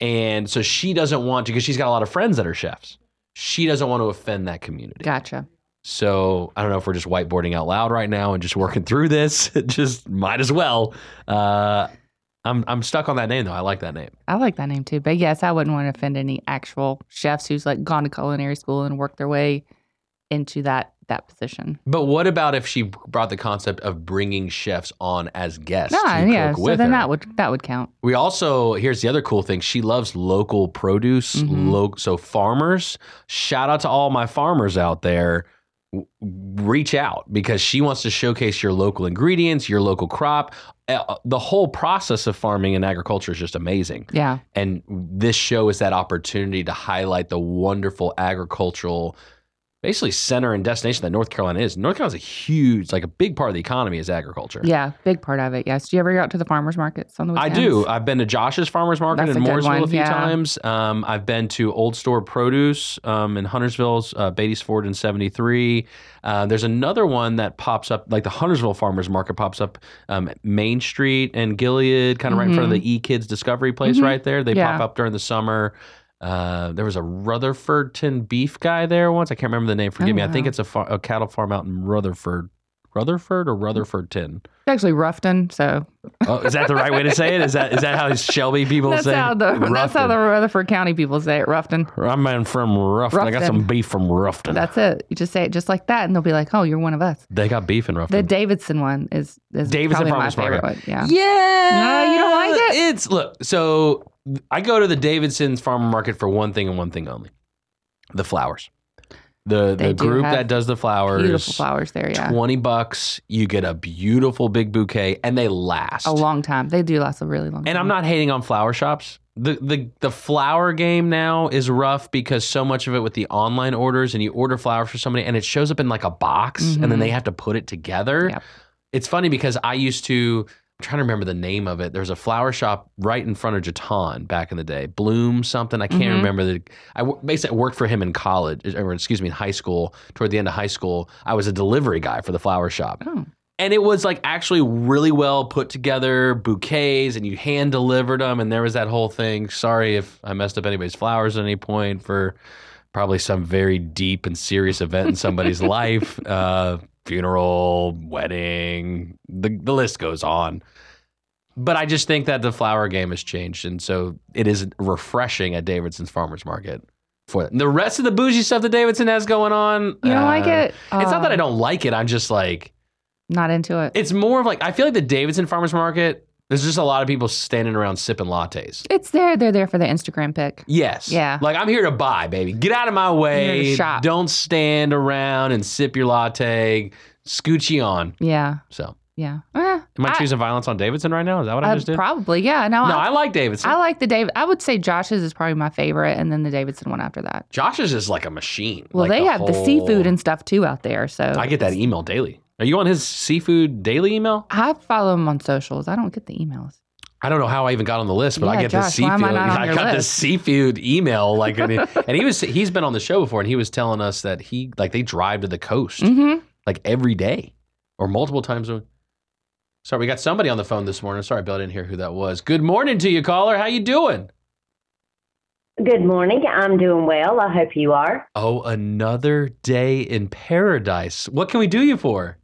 C: And so she doesn't want to because she's got a lot of friends that are chefs. She doesn't want to offend that community.
D: Gotcha.
C: So I don't know if we're just [LAUGHS] whiteboarding out loud right now and just working through this. Just might as well. Uh, I'm I'm stuck on that name though. I like that name.
D: I like that name too. But yes, I wouldn't want to offend any actual chefs who's like gone to culinary school and worked their way into that that position.
C: But what about if she brought the concept of bringing chefs on as guests?
D: Ah,
C: to
D: yeah.
C: cook
D: So
C: with
D: then
C: her?
D: that would that would count.
C: We also here's the other cool thing. She loves local produce.
D: Mhm.
C: Lo- so farmers, shout out to all my farmers out there. W- Reach out because she wants to showcase your local ingredients, your local crop. Uh, the whole process of farming and agriculture is just amazing.
D: Yeah.
C: And this show is that opportunity to highlight the wonderful agricultural, basically center and destination that North Carolina is. North Carolina's a huge, like a big part of the economy is agriculture.
D: Yeah. Big part of it. Yes. Do you ever go out to the farmers markets on the
C: I
D: weekends?
C: do. I've been to Josh's Farmers Market
D: That's
C: in
D: a good
C: Mooresville a
D: one,
C: few
D: yeah.
C: times. Um, I've been to Old Store Produce um, in Huntersville's uh, Beatty's Ford in '73. Uh, there's another one that pops up, like the Huntersville Farmers Market pops up um, at Main Street and Gilead, kind of right in front of the E Kids Discovery place
D: Mhm.
C: right there. They
D: Mm-hmm. Yeah.
C: pop up during the summer. Uh, there was a Rutherfordton beef guy there once. I can't remember the name. Forgive
D: Oh,
C: me. I
D: wow.
C: think it's a, far- a cattle farm out in Rutherford. Rutherford
D: Mm.
C: or Rutherfordton?
D: It's actually Ruffton, so
C: Oh, is that the right way to say it? Is that is that how Shelby people
D: that's
C: say?
D: how the that's how the Rutherford County people say it, Ruffton.
C: I'm in from Ruffin. I got
D: Ruffin.
C: some beef from Ruffin.
D: That's it. You just say it just like that, and they'll be like, "Oh, you're one of us."
C: they got beef in
D: The
C: Ruffin.
D: Davidson one is is
C: Davidson
D: probably my
C: Farmers
D: favorite
C: Market.
D: one. Yeah.
C: yeah,
D: No, you don't like it?
C: It's look. So I go to the Davidson's Farmer Market for one thing and one thing only: the flowers. The
D: They
C: the
D: do
C: group
D: have
C: that does the flowers.
D: Beautiful flowers there. Yeah.
C: Twenty bucks, you get a beautiful big bouquet, and they last
D: A long time. They do last a really long.
C: And
D: time.
C: I'm not hating on flower shops. The, the the flower game now is rough because so much of it with the online orders and you order flowers for somebody and it shows up in like a box and then
D: Mhm.
C: they have to put it together.
D: Yep.
C: It's funny because I used to I'm trying to remember the name of it. There's a flower shop right in front of Jatan back in the day. Bloom something. I can't
D: Mhm.
C: remember the I w- basically worked for him in college er, or excuse me in high school toward the end of high school. I was a delivery guy for the flower shop
D: Oh.
C: and it was like actually really well put together bouquets and you hand delivered them and there was that whole thing sorry if i messed up anybody's flowers at any point for probably some very deep and serious event in somebody's
D: [LAUGHS]
C: life uh, funeral wedding the, the list goes on but i just think that the flower game has changed and so it is refreshing at davidson's farmers market for the rest of the bougie stuff that davidson has going on
D: You don't like
C: uh,
D: it?
C: it's not that i
D: Um,
C: don't like it i'm just like
D: Not into it.
C: it's more of like I feel like the Davidson Farmers Market. There's just a lot of people standing around sipping lattes.
D: It's there. They're there for the Instagram pic.
C: Yes.
D: Yeah.
C: Like I'm here to buy, baby. Get out of my
D: You're here
C: way.
D: to shop.
C: Don't stand around and sip your latte. Scoochie on.
D: Yeah.
C: So,
D: Yeah. Eh,
C: am I,
D: I-
C: choosing violence on Davidson right now? Is that what I
D: uh,
C: just did?
D: probably. Yeah. No.
C: no,
D: I,
C: I like
D: I,
C: Davidson.
D: like the David. I would say Josh's is probably my favorite, and then the Davidson one after that.
C: Josh's is like a machine.
D: Well,
C: Like
D: they have the
C: whole-
D: seafood and stuff too out there. So
C: I get that email daily. Are you on his seafood daily email?
D: I follow him on socials. I don't get the emails.
C: I don't know how I even got on the list, but I
D: Yeah,
C: get this
D: Josh, why
C: seafood.
D: am I not
C: [LAUGHS]
D: on
C: I
D: your
C: got this
D: list?
C: seafood email, like, and,
D: [LAUGHS]
C: and he was he's been on the show before, and he was telling us that he like they drive to the coast
D: Mm-hmm.
C: like every day or multiple times. a- Sorry, we got somebody on the phone this morning. Sorry, Bill, I didn't hear who that was. Good morning to you, caller. How you doing?
J: Good morning. I'm doing well. I hope you are.
C: Oh, another day in paradise. What can we do you for?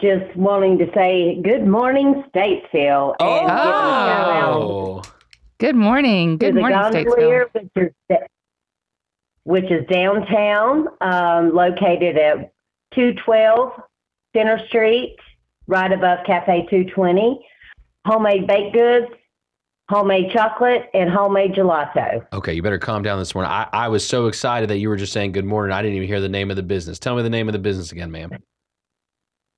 J: Just wanting to say good morning, Statesville. And give a shout out
C: Oh,
D: Oh. Good morning.
J: to
D: Good
J: the
D: morning, Statesville.
J: gondolier, which is, which is downtown, um, located at 212 Center Street, right above Cafe 220. Homemade baked goods, homemade chocolate, and homemade gelato.
C: okay. You better calm down this morning. I, I was so excited that you were just saying good morning. I didn't even hear the name of the business. Tell me the name of the business again, ma'am.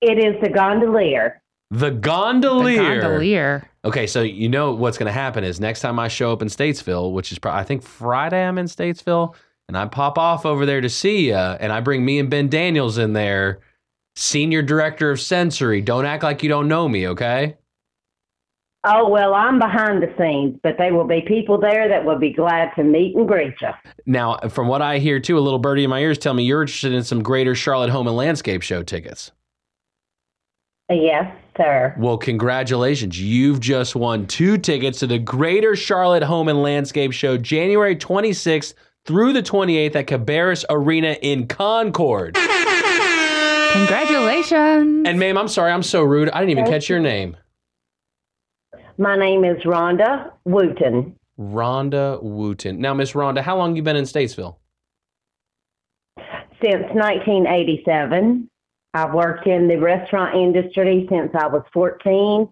J: It is the gondolier.
C: The
D: The
C: gondolier.
D: gondolier.
C: Okay, so you know what's going to happen is next time I show up in Statesville, which is pro- I think Friday I'm in Statesville, and I pop off over there to see you, and I bring me and Ben Daniels in there, senior director of sensory. Don't act like you don't know me, okay?
J: Oh, well, I'm behind the scenes, but there will be people there that will be glad to meet and greet you.
C: Now, from what I hear too, a little birdie in my ears tell me you're interested in some Greater Charlotte Home and Landscape Show tickets.
J: Uh, Yes, sir.
C: Well, congratulations. You've just won two tickets to the Greater Charlotte Home and Landscape Show January 26th through the 28th at Cabarrus Arena in Concord.
D: Congratulations.
C: And ma'am, I'm sorry, I'm so rude. I didn't even catch your name.
J: My name is Rhonda Wooten.
C: Rhonda Wooten. Now, Miss Rhonda, how long you been in Statesville?
J: Since 1987, I've worked in the restaurant industry since I was 14,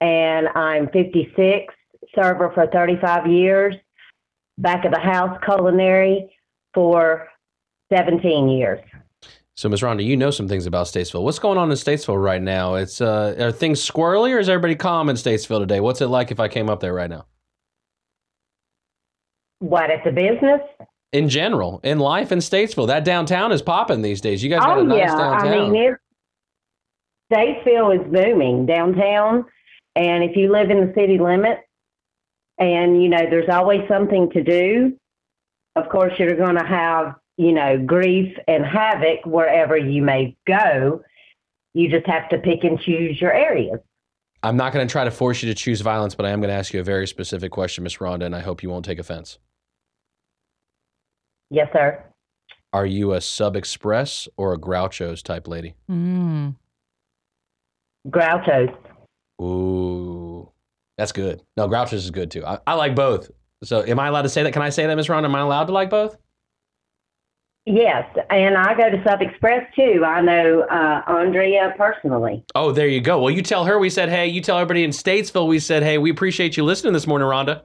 J: and I'm 56, server for 35 years, back of the house culinary for 17 years.
C: So, Miss Rhonda, you know some things about Statesville. What's going on in Statesville right now? It's uh, are things squirrely or is everybody calm in Statesville today? What's it like if I came up there right now?
J: What, at the business?
C: In general, in life in Statesville, that downtown is popping these days. You guys got a nice downtown.
J: Oh, I mean, it, Statesville is booming downtown, and if you live in the city limits, and you know, there's always something to do. Of course, you're going to have you know grief and havoc wherever you may go. You just have to pick and choose your areas.
C: I'm not going to try to force you to choose violence, but I am going to ask you a very specific question, Miss Rhonda, and I hope you won't take offense.
J: Yes, sir.
C: Are you a Sub Express or a Groucho's type lady?
D: Mm.
J: Grouchos.
C: Ooh, that's good. No, Groucho's is good too. I, I like both. So, am I allowed to say that? Can I say that, Miss Rhonda? Am I allowed to like both?
J: Yes, and I go to Sub Express too. I know uh, Andrea personally.
C: Oh, there you go. Well, you tell her we said hey. You tell everybody in Statesville we said hey. We appreciate you listening this morning, Rhonda.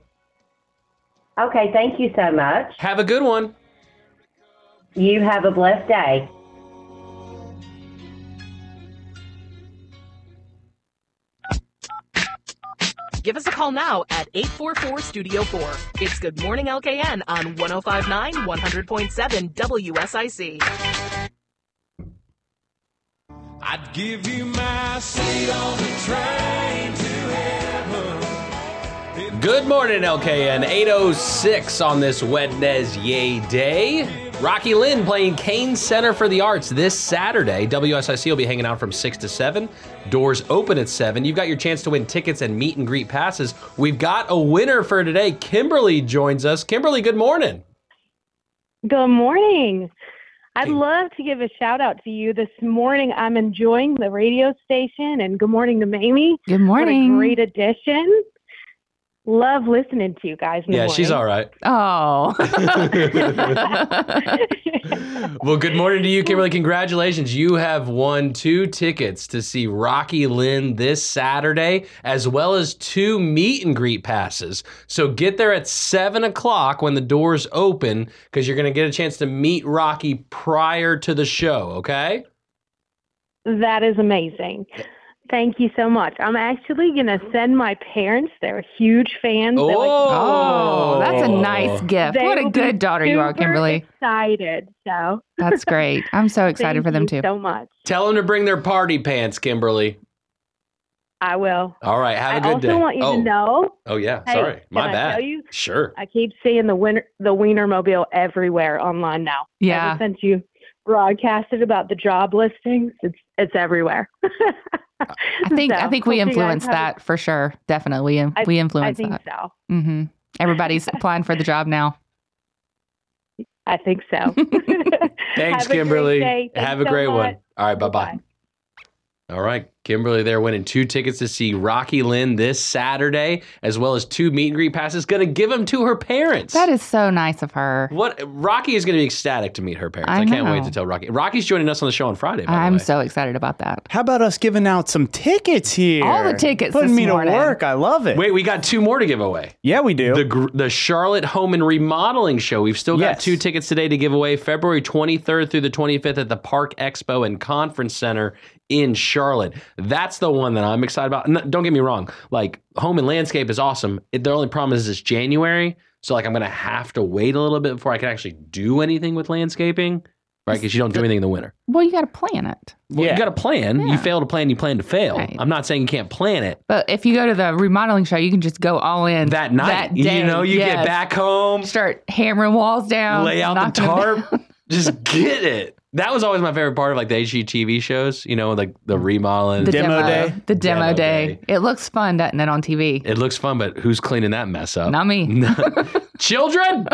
J: Okay, thank you so much.
C: Have a good one.
J: You have a blessed day.
F: Give us a call now at 844 Studio 4. It's Good Morning LKN on 1059 100.7 WSIC.
B: I'd give you my seat on the train to heaven.
C: Good morning, LKN. 806 on this Wednesday day. Rocky Lynn playing Kane Center for the Arts this Saturday. WSIC will be hanging out from 6 to 7. Doors open at 7. You've got your chance to win tickets and meet and greet passes. We've got a winner for today. Kimberly joins us. Kimberly, good morning.
K: Good morning. I'd love to give a shout out to you this morning. I'm enjoying the radio station and good morning to Mamie.
D: Good
K: What
D: morning.
K: a great addition. Love listening to you guys. in the
C: Yeah, she's
K: morning.
C: all right.
D: Oh.
C: Well, good morning to you, Kimberly. Congratulations. You have won two tickets to see Rocky Lynn this Saturday, as well as two meet and greet passes. So get there at seven o'clock when the doors open, because you're going to get a chance to meet Rocky prior to the show, okay?
D: Oh.
K: That is amazing. Thank you so much. I'm actually going to send my parents. They're huge fans. They're like,
D: oh, that's a nice gift.
K: They
D: What a
K: will be
D: good daughter you are,
K: super [LAUGHS]
D: Kimberly.
K: Excited. So [LAUGHS]
D: That's great. I'm so excited
K: thank
D: for them
K: you
D: too.
K: So much.
C: Tell them to bring their party pants, Kimberly.
K: I will.
C: All right, have
K: I
C: a good
K: also
C: day.
K: want you
C: oh.
K: to know.
C: oh, yeah.
K: Hey,
C: Sorry. My
K: can I
C: bad.
K: tell you?
C: Sure.
K: I keep seeing the winner, the Wienermobile everywhere online now.
D: Yeah.
K: Ever since you broadcasted about the job listings, it's it's everywhere. [LAUGHS]
D: I think I
K: So,
D: think we
K: hope you guys
D: influenced
K: have a-
D: that for sure. Definitely. We, in-
K: I-
D: we
K: I
D: influenced
K: think
D: that.
K: so.
D: hmm
K: [LAUGHS]
D: Everybody's applying for the job now.
K: I think so.
C: Thanks,
K: Have a great
C: Kimberly.
K: day. Thanks
C: Have a
K: so
C: great one.
K: much.
C: All right, bye bye. All right, Kimberly there winning two tickets to see Rocky Lynn this Saturday, as well as two meet and greet passes. Gonna give them to her parents.
D: [LAUGHS] That is so nice of her.
C: what Rocky is gonna be ecstatic to meet her parents. I,
D: I
C: can't wait
D: know.
C: to tell Rocky. Rocky's joining us on the show on Friday, by the
D: I'm
C: way.
D: so excited about that.
E: How about us giving out some tickets here?
D: All the tickets
E: Putting
D: this
E: me
D: morning.
E: to work. I love it.
C: Wait, we got two more to give away.
E: Yeah, we do.
C: The, gr- the Charlotte Home and Remodeling Show. We've still got
E: Yes.
C: two tickets today to give away February 23rd through the 25th at the Park Expo and Conference Center in Charlotte. That's the one that I'm excited about. And don't get me wrong, like home and landscape is awesome. It, the only problem is it's January. So, like, I'm going to have to wait a little bit before I can actually do anything with landscaping, right? Because you don't do anything in the winter.
D: Well, you got to plan it.
C: Well,
E: Yeah.
C: You got to plan. You
D: Yeah.
C: fail to plan, you plan to fail.
D: Right.
C: I'm not saying you can't plan it.
D: But if you go to the remodeling show, you can just go all in
C: That night,
D: That day,
C: you know, you get
D: yes.
C: back home,
D: Start hammering walls down.
C: lay out the
D: knocking them Oh, down.
C: tarp. Just get it. That was always my favorite part of like the HGTV shows, you know, like the remodeling.
D: [LAUGHS] The
E: Demo day?
D: The demo,
C: Demo
D: day. It looks fun, doesn't it, on TV?
C: it looks fun, but who's cleaning that mess up? [LAUGHS]
D: Not me.
C: Children,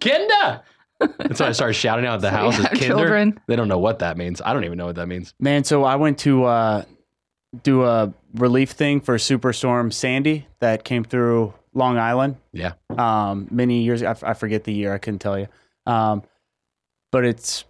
C: Kinda. That's why I started shouting out at
D: [LAUGHS]
C: the house.
D: we
C: is
D: have
C: Kinder.
D: children.
C: They don't know what that means. I don't even know what that means.
E: Man, so I went to uh, do a relief thing for Superstorm Sandy that came through Long Island.
C: Yeah.
E: Um, many years, I, f- I forget the year, I couldn't tell you. Um, but it's,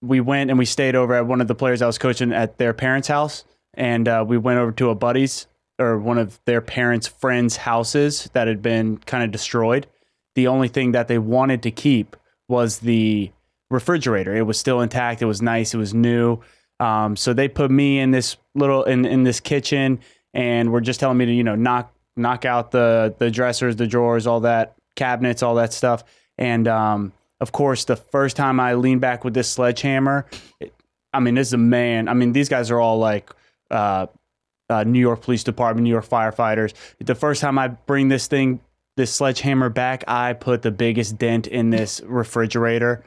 E: we went and we stayed over at one of the players I was coaching at their parents' house. And uh, we went over to a buddy's or one of their parents' friends' houses that had been kind of destroyed. The only thing that they wanted to keep was the refrigerator. It was still intact. It was nice. It was new. Um, so they put me in this little in in this kitchen, and were just telling me to you know knock knock out the the dressers, the drawers, all that cabinets, all that stuff. And um, of course, the first time I leaned back with this sledgehammer, it- I mean, this is a man. I mean, these guys are all like. Uh, uh, New York Police Department, New York firefighters. The first time I bring this thing, this sledgehammer back, I put the biggest dent in this refrigerator,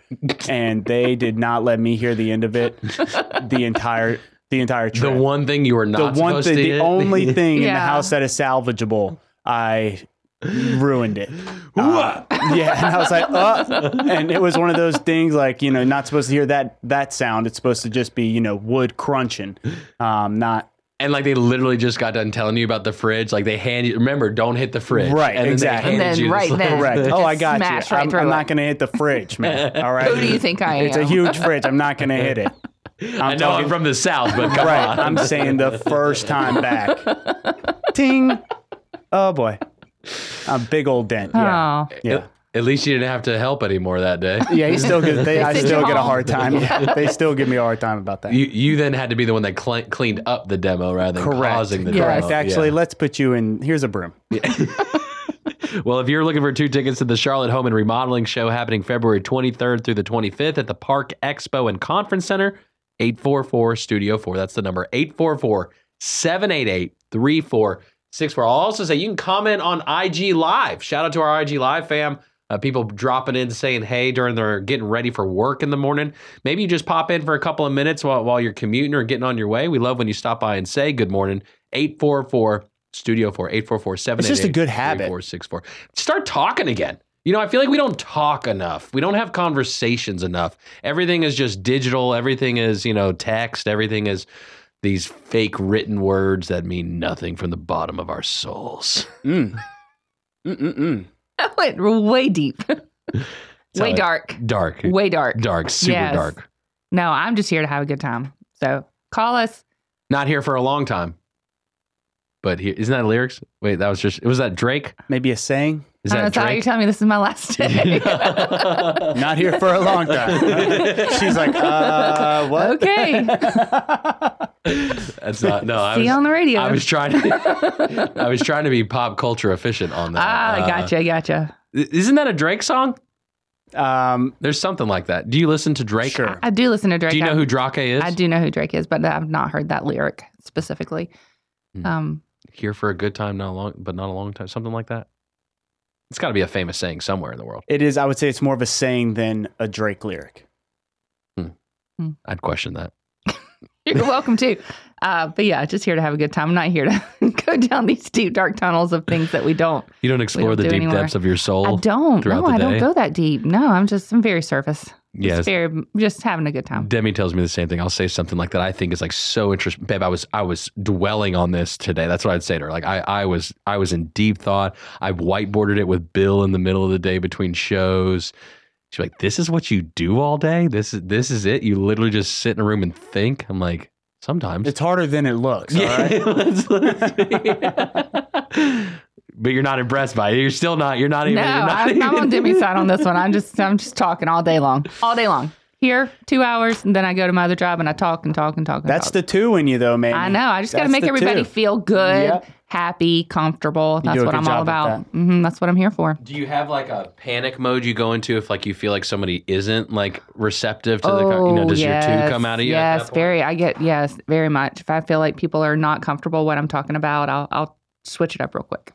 E: and they did not let me hear the end of it. The entire the entire trip.
C: The one thing you were not
E: the one
C: supposed
E: thing,
C: to
E: the
C: hit. [LAUGHS]
E: only thing in the
C: Yeah.
E: house that is salvageable, I ruined it. Uh, yeah, and I was like, uh, and it was one of those things like you know, not supposed to hear that that sound. It's supposed to just be you know wood crunching, um, not
C: And like they literally just got done telling you about the fridge. Like they hand you, remember, don't hit the fridge.
E: Right,
C: And then they
E: exactly.
C: handed you the slide.
E: Correct. Oh, I got
D: smash
E: you.
D: right
E: I'm,
D: through
E: I'm
D: it.
E: not going to hit the fridge,
C: [LAUGHS]
E: man. All right.
D: Who do you think I
E: It's a
D: am?
E: huge fridge. I'm not going to hit it. I'm
C: I know I'm from the South, [LAUGHS] but come
E: right.
C: on.
E: I'm saying the first time back. Ting. Oh boy. A big old dent. Yeah.
C: Oh.
E: Yeah.
C: At least you didn't have to help anymore that day.
E: [LAUGHS] Yeah. He still gets. They, I
C: sent
E: still
C: you
E: get a
C: home.
E: hard time.
C: [LAUGHS] Yeah.
E: They still give me a hard time about that.
C: You you then had to be the one that cle cleaned up the demo rather than causing the
E: Correct.
C: demo.
E: Actually,
C: Yeah.
E: let's put you in. Here's a broom.
C: Well, if you're looking for two tickets to the Charlotte Home and Remodeling Show happening February 23rd through the 25th at the Park Expo and Conference Center, 844 Studio 4. That's the number 844 788 3464. I'll also say you can comment on IG Live. Shout out to our IG Live fam. Uh, people dropping in saying hey during their getting ready for work in the morning. Maybe you just pop in for a couple of minutes while, while you're commuting or getting on your way. We love when you stop by and say good morning. 844 Studio 4 844
E: It's just a good habit.
C: Four six four. Start talking again. You know, I feel like we don't talk enough. We don't have conversations enough. Everything is just digital. Everything is, you know, text. Everything is these fake written words that mean nothing from the bottom of our souls.
E: Mm. Mm-mm-mm.
D: [LAUGHS] That went way deep, [LAUGHS]
C: how
D: way
C: it-
D: dark,
C: Dark.
D: way dark,
C: Dark. Super
D: Yes.
C: dark.
D: No, I'm just here to have a good time. So call us.
C: Not here for a long time. But here, isn't that lyrics? Wait, that was just, was that Drake?
E: Maybe a saying?
C: Is
D: I
C: that
D: don't know, how you're
C: Drake?
D: telling me this is
C: [LAUGHS]
D: my last day. [LAUGHS]
E: Not here for a long time. She's like, uh, what?
D: okay.
C: That's not, no. I
D: See
C: was,
D: you on the radio.
C: I was trying to, I was trying to be pop culture efficient on that.
D: ah,
C: Uh,
D: gotcha, gotcha.
C: Isn't that a Drake song?
E: Um,
C: There's something like that. Do you listen to Drake?
E: Sure.
D: I do listen to Drake.
C: Do you know
D: I'm-
C: who Drake is?
D: I do know who Drake is, but I've not heard that lyric specifically.
C: Hmm.
D: Um,
C: Here for a good time, not a long, but not a long time. Something like that. It's got to be a famous saying somewhere in the world.
E: It is. I would say it's more of a saying than a Drake lyric.
C: Hmm.
D: Hmm.
C: I'd question that.
D: you're welcome
C: [LAUGHS]
D: to. Uh, but yeah, just here to have a good time. I'm not here to [LAUGHS] go down these deep, dark tunnels of things that we don't.
C: You don't explore the
D: do
C: deep
D: anymore.
C: depths of your soul.
D: I don't.
C: throughout
D: No,
C: the
D: I don't
C: day.
D: go that deep. No, I'm just I'm very surface.
C: Yes.
D: Just very just having a good time.
C: Demi tells me the same thing. I'll say something like that. I think is like so interesting, babe. I was I was dwelling on this today. That's what I'd say to her. Like I I was I was in deep thought. I whiteboarded it with Bill in the middle of the day between shows. She's like, "This is what you do all day. This is this is it. You literally just sit in a room and think." I'm like, sometimes.
E: It's harder than it looks. all right?
C: let's- let's- [LAUGHS] but you're not impressed by it. You're still not. You're not even.
D: no,
C: you're not
D: I'm, I'm
C: even-
D: on Demi's side on this one. I'm just I'm just talking all day long, all day long. Here, two hours, and then I go to my other job and I talk and talk and talk. And
E: That's
D: talk.
E: the two in you, though, man.
D: I know. I just got to make everybody feel good, happy, comfortable.
E: do
D: That's
E: a
D: what
E: good
D: I'm all
E: job at
D: about. hmm that's what I'm here for.
C: Do you have like a [LAUGHS] panic mode you go into if like you feel like somebody isn't like receptive to the
D: oh,
C: co- you know does your
D: yes,
C: two come out of you? at
D: Yes,
C: that point?
D: very. I get yes, very much. If I feel like people are not comfortable what I'm talking about, I'll I'll switch it up real quick.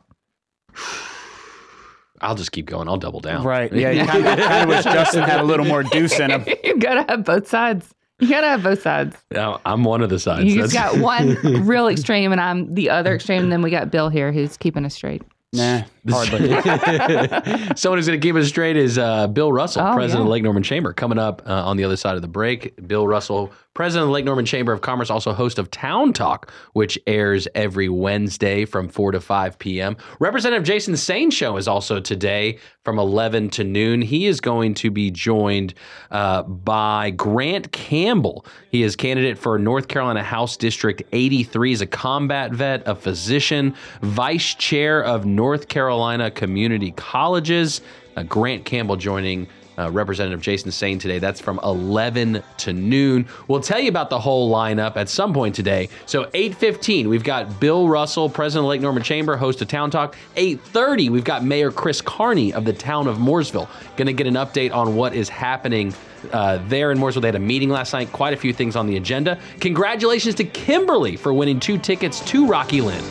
C: I'll just keep going. I'll double down. [LAUGHS]
E: Right. Yeah. You kind of, kind of wish Justin had a little more deuce in him.
D: [LAUGHS] you gotta have both sides. You gotta have both sides.
C: Now, I'm one of the sides.
D: You
C: [LAUGHS]
D: just
C: That's-
D: got one real extreme, and I'm the other extreme. And then we got Bill here who's keeping us straight. [LAUGHS]
E: Nah. Hardly.
C: [LAUGHS] Someone who's going to keep us straight is uh, Bill Russell,
D: Oh,
C: president of
D: yeah.
C: Lake Norman Chamber, coming up uh, on the other side of the break. Bill Russell, president of the Lake Norman Chamber of Commerce, also host of Town Talk, which airs every Wednesday from 4 to 5 p.m. Representative Jason Sain show is also today from 11 to noon. He is going to be joined uh, by Grant Campbell. He is candidate for North Carolina House District 83. He's a combat vet, a physician, vice chair of North Carolina Community Colleges. Uh, Grant Campbell joining uh, Representative Jason Sain today. That's from 11 to noon. We'll tell you about the whole lineup at some point today. So 8:15, we've got Bill Russell, president of Lake Norman Chamber, host of Town Talk. 8:30, we've got Mayor Chris Carney of the town of Mooresville. Going to get an update on what is happening uh, there in Mooresville. They had a meeting last night. Quite a few things on the agenda. Congratulations to Kimberly for winning two tickets to Rocky Lynn.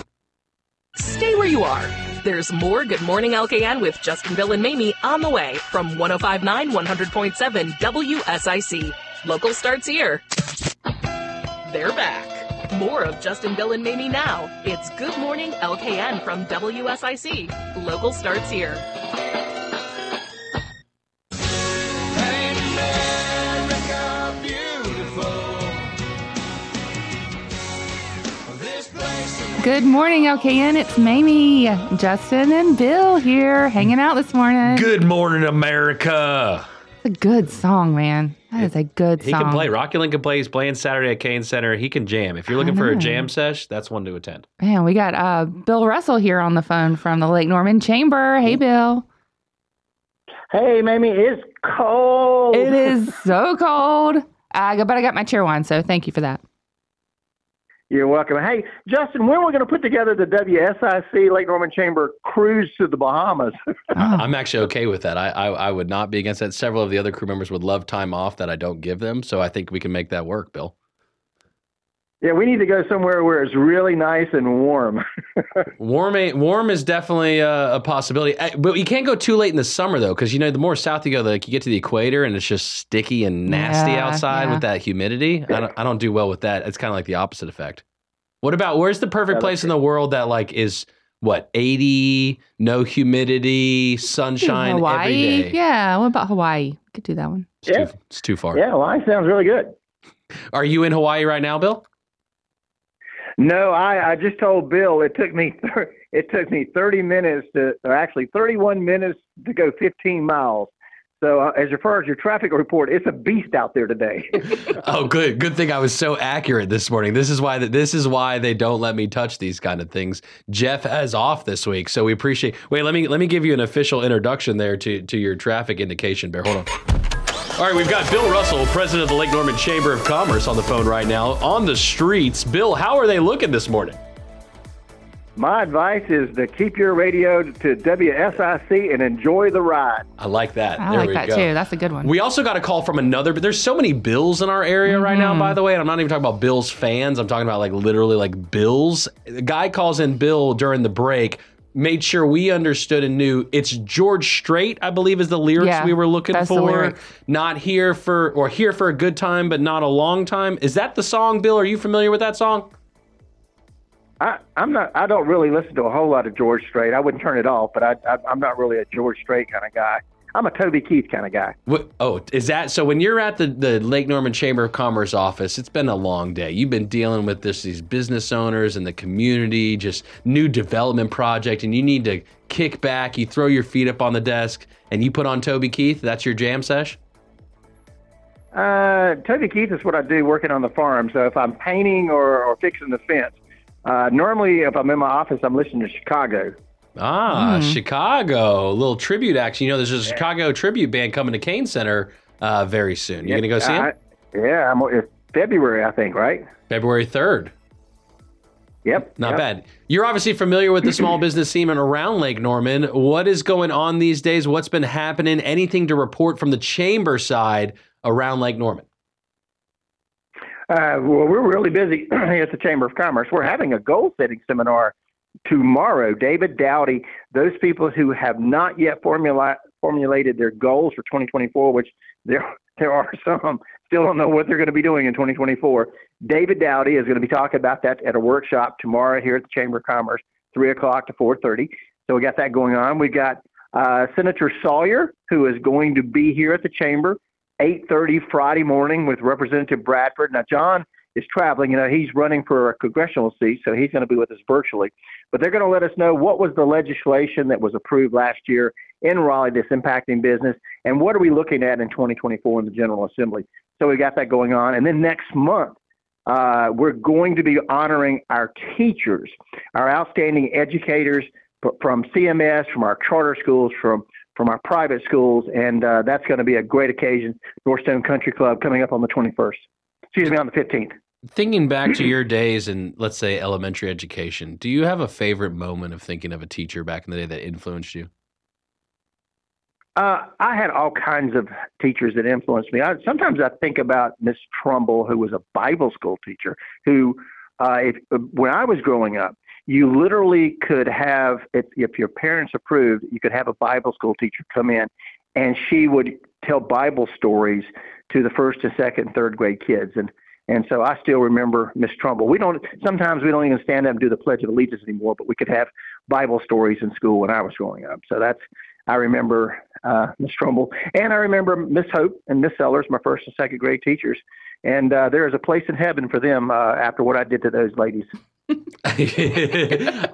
F: Stay where you are. There's more Good Morning LKN with Justin, Bill, and Mamie on the way from 1059 100.7 WSIC. Local starts here. They're back. More of Justin, Bill, and Mamie now. It's Good Morning LKN from WSIC. Local starts here.
D: Good morning, LKN. It's Mamie, Justin, and Bill here hanging out this morning.
C: Good morning, America.
D: It's a good song, man. That is a good
C: He
D: song.
C: can play. Rocky Lynn can play. He's playing Saturday at Kane Center. He can jam. If you're looking for a
D: know.
C: jam sesh, that's one to attend.
D: Man, we got uh, Bill Russell here on the phone from the Lake Norman Chamber. Hey, Bill.
L: Hey, Mamie, it's cold.
D: It is so cold. I but I got my cheer wine, so thank you for that.
L: You're welcome. Hey, Justin, when are we going to put together the WSIC Lake Norman Chamber cruise to the Bahamas? [LAUGHS]
C: I- I'm actually okay with that. I, I I would not be against that. Several of the other crew members would love time off that I don't give them, so I think we can make that work, Bill.
L: yeah, we need to go somewhere where it's really nice and warm. [LAUGHS]
C: Warm ain't, warm is definitely a, a possibility, Uh, but you can't go too late in the summer though, because you know the more south you go, like you get to the equator and it's just sticky and nasty
D: Yeah,
C: outside
D: yeah.
C: with that humidity. I don't, I don't do well with that. It's kind of like the opposite effect. What about where's the perfect place in the world that like is what eighty, no humidity, sunshine every
D: Hawaii.
C: day?
D: Yeah. What about Hawaii? Could do that one.
C: It's, too, it's too far.
L: yeah, well, that sounds really good.
C: Are you in Hawaii right now, Bill?
L: No, I, I just told Bill it took me [LAUGHS] thir- it took me 30 minutes to, or actually 31 minutes to go 15 miles. So uh, as far as your traffic report, it's a beast out there today. [LAUGHS]
C: Oh, good. Good thing I was so accurate this morning. This is why this is why they don't let me touch these kind of things. Jeff has off this week, so we appreciate. Wait, let me let me give you an official introduction there to to your traffic indication. Bear, hold on. All right, we've got Bill Russell, president of the Lake Norman Chamber of Commerce, on the phone right now on the streets. Bill, how are they looking this morning?
L: My advice is to keep your radio to WSIC and enjoy the ride.
C: I like that.
D: I
C: there
D: like
C: we
D: that
C: go.
D: too. That's a good one.
C: We also got a call from another, but there's so many Bills in our area right
D: Mm-hmm.
C: now, by the way. And I'm not even talking about Bills fans. I'm talking about like literally like Bills. The guy calls in Bill during the break, made sure we understood and knew it's George Strait, I believe, is the lyrics
D: Yeah,
C: we were looking
D: that's the
C: for.
D: lyrics.
C: Not here for, or here for a good time, but not a long time. Is that the song, Bill? Are you familiar with that song?
L: I, I'm not. I don't really listen to a whole lot of George Strait. I wouldn't turn it off, but I, I, I'm not really a George Strait kind of guy. I'm a Toby Keith kind of guy.
C: What, oh, is that so? When you're at the, the Lake Norman Chamber of Commerce office, it's been a long day. You've been dealing with this these business owners and the community, just new development project, and you need to kick back. You throw your feet up on the desk and you put on Toby Keith. That's your jam sesh.
L: Uh, Toby Keith is what I do working on the farm. So if I'm painting or, or fixing the fence, uh, normally if I'm in my office, I'm listening to Chicago.
C: Ah, Chicago, a little tribute action. You know, there's a Chicago tribute band coming to Kane Center uh, very soon. You're gonna go see
L: I-
C: him
L: yeah, I'm, it's February, I think, right?
C: February third.
L: Yep.
C: Not
L: yep.
C: bad. You're obviously familiar with the small business scene and around Lake Norman. What is going on these days? What's been happening? Anything to report from the chamber side around Lake Norman?
L: Uh, well, we're really busy [CLEARS THROAT] at the Chamber of Commerce. We're having a goal setting seminar tomorrow. David Dowdy, those people who have not yet formula- formulated their goals for 2024, which there, [LAUGHS] there are some, still don't know what they're going to be doing in 2024. David Dowdy is going to be talking about that at a workshop tomorrow here at the Chamber of Commerce, 3 o'clock to 4.30. So we got that going on. We've got uh, Senator Sawyer, who is going to be here at the Chamber 8:30 Friday morning with Representative Bradford. Now, John is traveling. You know, he's running for a congressional seat, so he's going to be with us virtually. But they're going to let us know what was the legislation that was approved last year in Raleigh that's impacting business, and what are we looking at in 2024 in the General Assembly. So we got that going on, and then next month. Uh, we're going to be honoring our teachers, our outstanding educators f- from CMS, from our charter schools, from from our private schools, and uh, that's going to be a great occasion. Northstone Country Club coming up on the 21st. Excuse me, on the 15th.
C: Thinking back to your days in, let's say, elementary education, do you have a favorite moment of thinking of a teacher back in the day that influenced you?
L: Uh, I had all kinds of teachers that influenced me. I, sometimes I think about Miss Trumbull, who was a Bible school teacher, who, uh, if, when I was growing up, you literally could have, if, if your parents approved, you could have a Bible school teacher come in and she would tell Bible stories to the first and second and third grade kids. And, and so I still remember Miss Trumbull. We don't, sometimes we don't even stand up and do the Pledge of Allegiance anymore, but we could have Bible stories in school when I was growing up. So that's, I remember uh, Miss Trumbull, and I remember Miss Hope and Miss Sellers, my first and second grade teachers. And uh, there is a place in heaven for them uh, after what I did to those ladies.
C: [LAUGHS]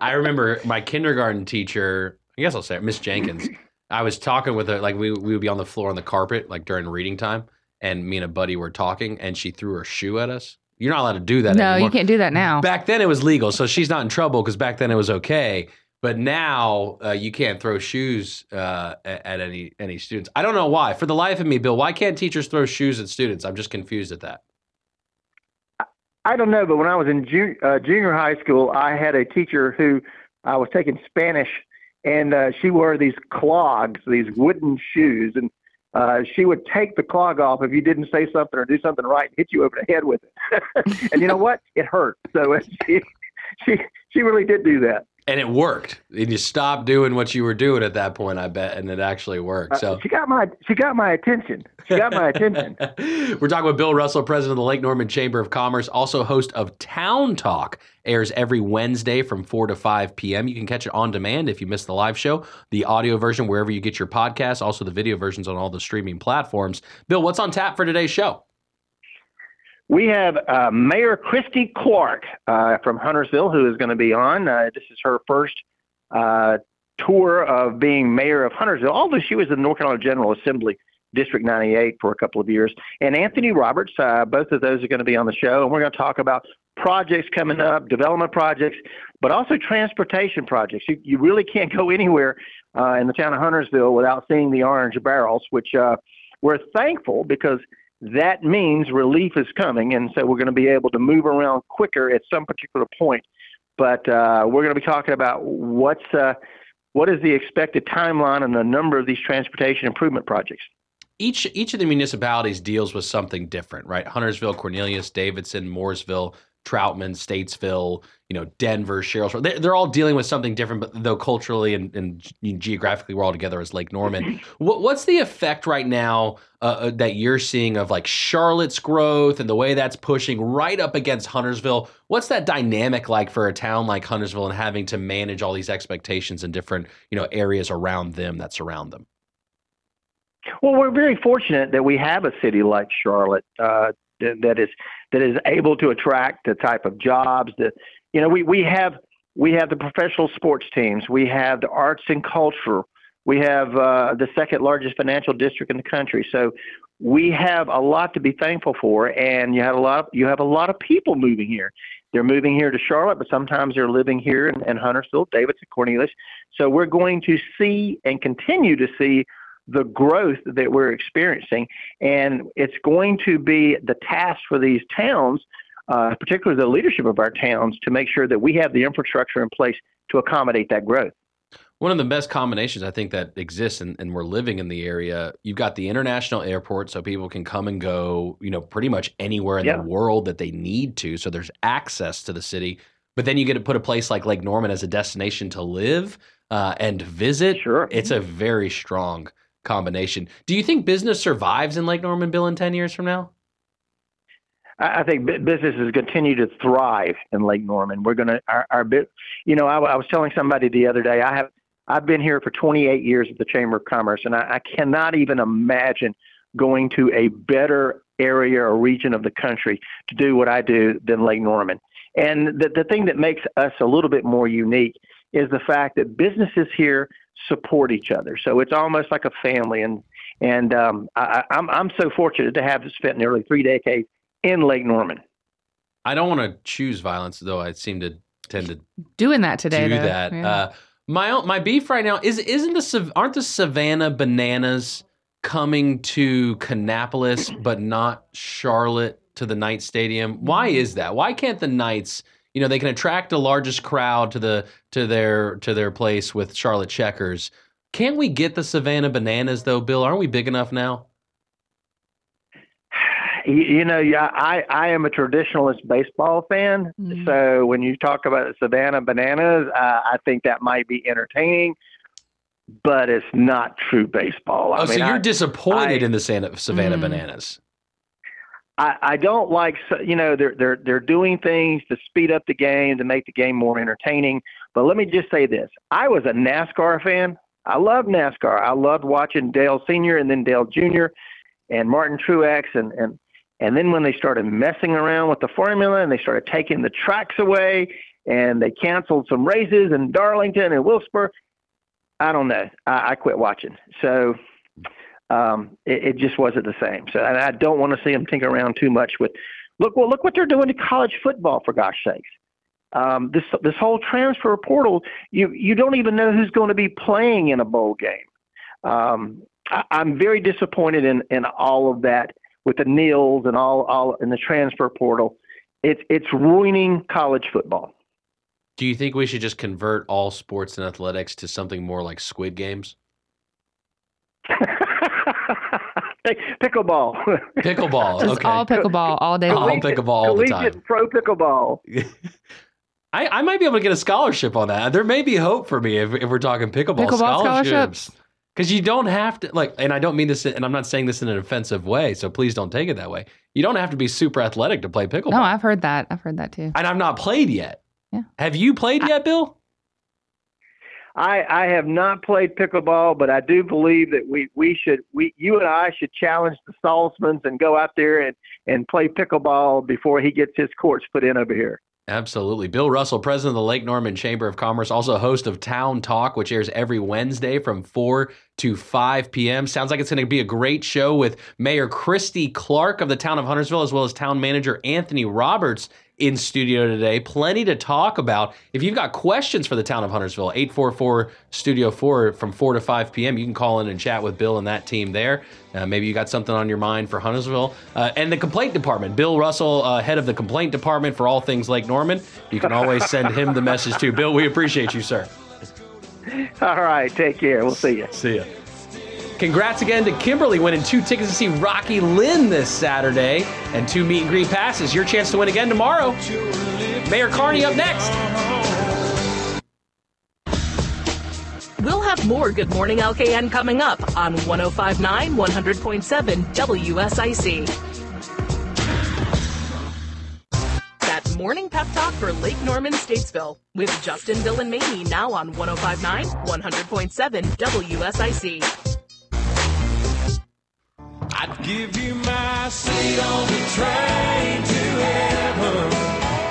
C: I remember my kindergarten teacher. I guess I'll say it, Miss [CLEARS THROAT] Jenkins. I was talking with her, like we we would be on the floor on the carpet, like during reading time, and me and a buddy were talking, and she threw her shoe at us. You're not allowed to do that.
D: no,
C: anymore.
D: you can't do that now.
C: Back then it was legal, so she's not in trouble because back then it was okay. But now uh, you can't throw shoes uh, a- at any any students. I don't know why. For the life of me, Bill, why can't teachers throw shoes at students? I'm just confused at that.
L: I don't know, but when I was in ju- uh, junior high school, I had a teacher who I was taking Spanish, and uh, she wore these clogs, these wooden shoes, and uh, she would take the clog off if you didn't say something or do something right and hit you over the head with it. [LAUGHS] and you know what? It hurt. So uh, she, she she really did do that.
C: And it worked. And you stopped doing what you were doing at that point, I bet, and it actually worked.
L: Uh,
C: So
L: she got my she got my attention. She got my attention.
C: [LAUGHS] We're talking with Bill Russell, president of the Lake Norman Chamber of Commerce, also host of Town Talk, airs every Wednesday from 4 to 5 p.m. You can catch it on demand if you missed the live show, the audio version wherever you get your podcasts, also the video versions on all the streaming platforms. Bill, what's on tap for today's show?
L: We have uh, Mayor Christy Clark uh, from Huntersville, who is going to be on. Uh, this is her first uh, tour of being mayor of Huntersville, although she was in the North Carolina General Assembly District 98 for a couple of years. And Anthony Roberts, uh, both of those are going to be on the show, and we're going to talk about projects coming up, development projects, but also transportation projects. You, you really can't go anywhere uh, in the town of Huntersville without seeing the orange barrels, which uh, we're thankful because that means relief is coming, and so we're going to be able to move around quicker at some particular point. But uh, we're going to be talking about what's uh, what is the expected timeline and the number of these transportation improvement projects.
C: each each of the municipalities deals with something different, right? Huntersville, Cornelius, Davidson, Mooresville, Troutman, Statesville, you know, Denver, Sherrills. They're, they're all dealing with something different, but though culturally and, and ge- geographically, we're all together as Lake Norman. What, what's the effect right now uh, uh, that you're seeing of like Charlotte's growth and the way that's pushing right up against Huntersville? What's that dynamic like for a town like Huntersville and having to manage all these expectations in different you know areas around them that surround them?
L: Well, we're very fortunate that we have a city like Charlotte uh, that, that is that is able to attract the type of jobs that you know we, we have we have the professional sports teams, we have the arts and culture, we have uh, the second largest financial district in the country. So we have a lot to be thankful for, and you have a lot of, you have a lot of people moving here. They're moving here to Charlotte, but sometimes they're living here in, in Huntersville, Davidson, Cornelius. So we're going to see and continue to see the growth that we're experiencing. And it's going to be the task for these towns, uh, particularly the leadership of our towns, to make sure that we have the infrastructure in place to accommodate that growth.
C: One of the best combinations I think that exists, and, and we're living in the area. You've got the international airport, so people can come and go, you know, pretty much anywhere in
L: Yeah.
C: the world that they need to. So there's access to the city. But then you get to put a place like Lake Norman as a destination to live uh, and visit. Sure, it's a very strong combination. Do you think business survives in Lake Norman, Bill, in ten years from now?
L: I I think bu- businesses continue to thrive in Lake Norman. We're going to our, our bit. You know, I, w- I was telling somebody the other day. I have I've been here for 28 years at the Chamber of Commerce, and I, I cannot even imagine going to a better area or region of the country to do what I do than Lake Norman. And the, the thing that makes us a little bit more unique is the fact that businesses here support each other. So it's almost like a family. And and um, I, I- I'm I'm so fortunate to have spent nearly three decades in Lake Norman.
C: I don't want to choose violence, though. I seem to tend to
D: Doing that today.
C: do
D: though.
C: that.
D: Yeah.
C: Uh, my own, my beef right now is isn't the Sav- aren't the Savannah bananas coming to Kannapolis but not Charlotte to the Knights Stadium? Why
D: Mm-hmm.
C: is that? Why can't the Knights? You know they can attract the largest crowd to the to their to their place with Charlotte Checkers. Can't we get the Savannah bananas though, Bill? Aren't we big enough now?
L: You, you know, yeah, I I am a traditionalist baseball fan. So when you talk about Savannah bananas, uh, I think that might be entertaining, but it's not true baseball. I
C: oh, so
L: mean,
C: you're
L: I-
C: disappointed in the Santa, Savannah
D: Mm.
C: bananas.
L: I, I don't like so- you know they're they're they're doing things to speed up the game to make the game more entertaining. But let me just say this: I was a NASCAR fan. I loved NASCAR. I loved watching Dale Senior and then Dale Junior, and Martin Truex and and and then when they started messing around with the formula and they started taking the tracks away and they canceled some races in Darlington and Wilkesboro, I don't know. I, I quit watching. So um, it, it just wasn't the same. So and I don't want to see them tinker around too much with. Look, well, look what they're doing to college football for gosh sakes. Um, this this whole transfer portal, you you don't even know who's going to be playing in a bowl game. Um, I, I'm very disappointed in in all of that with the Neils and all all in the transfer portal. It's it's ruining college football.
C: Do you think we should just convert all sports and athletics to something more like Squid Games?
L: [LAUGHS] Pick- Pickleball.
C: [LAUGHS] Pickleball.
D: Just
C: okay.
D: all pickleball all day
C: I'll
D: long.
C: pickleball all the
L: Collegiate
C: time.
L: pro pickleball.
C: [LAUGHS] I, I might be able to get a scholarship on that. There may be hope for me if, if we're talking pickleball,
D: Pickleball
C: scholarships. Because you don't have to, like, and I don't mean this, and I'm not saying this in an offensive way, so please don't take it that way. You don't have to be super athletic to play pickleball.
D: No, I've heard that. I've heard that too.
C: and I've not played yet. Yeah. Have you played yet, Bill?
L: I, I have not played pickleball, but I do believe that we, we should we you and I should challenge the Salzmans and go out there and, and play pickleball before he gets his courts put in over here. [LAUGHS]
C: Absolutely. Bill Russell, president of the Lake Norman Chamber of Commerce, also host of Town Talk, which airs every Wednesday from 4 to 5 p.m. Sounds like it's going to be a great show with Mayor Christy Clark of the town of Huntersville, as well as town manager Anthony Roberts in studio today. Plenty to talk about. If you've got questions for the town of Huntersville, 844 Studio 4 from 4 to 5 p.m., you can call in and chat with Bill and that team there. Uh, maybe you got something on your mind for Huntersville. Uh, and the complaint department, Bill Russell, uh, head of the complaint department for all things Lake Norman. You can always send him the message too. Bill, we appreciate you, sir.
L: All right, take care. We'll see you.
C: See you. Congrats again to Kimberly winning two tickets to see Rocky Lynn this Saturday and two meet and greet passes. Your chance to win again tomorrow. Mayor Carney up next.
F: We'll have more Good Morning LKN coming up on 1059 100.7 WSIC. That morning pep talk for Lake Norman Statesville with Justin, Bill, and Mamie now on 1059 100.7 WSIC.
B: I'd give you my seat on the train to heaven.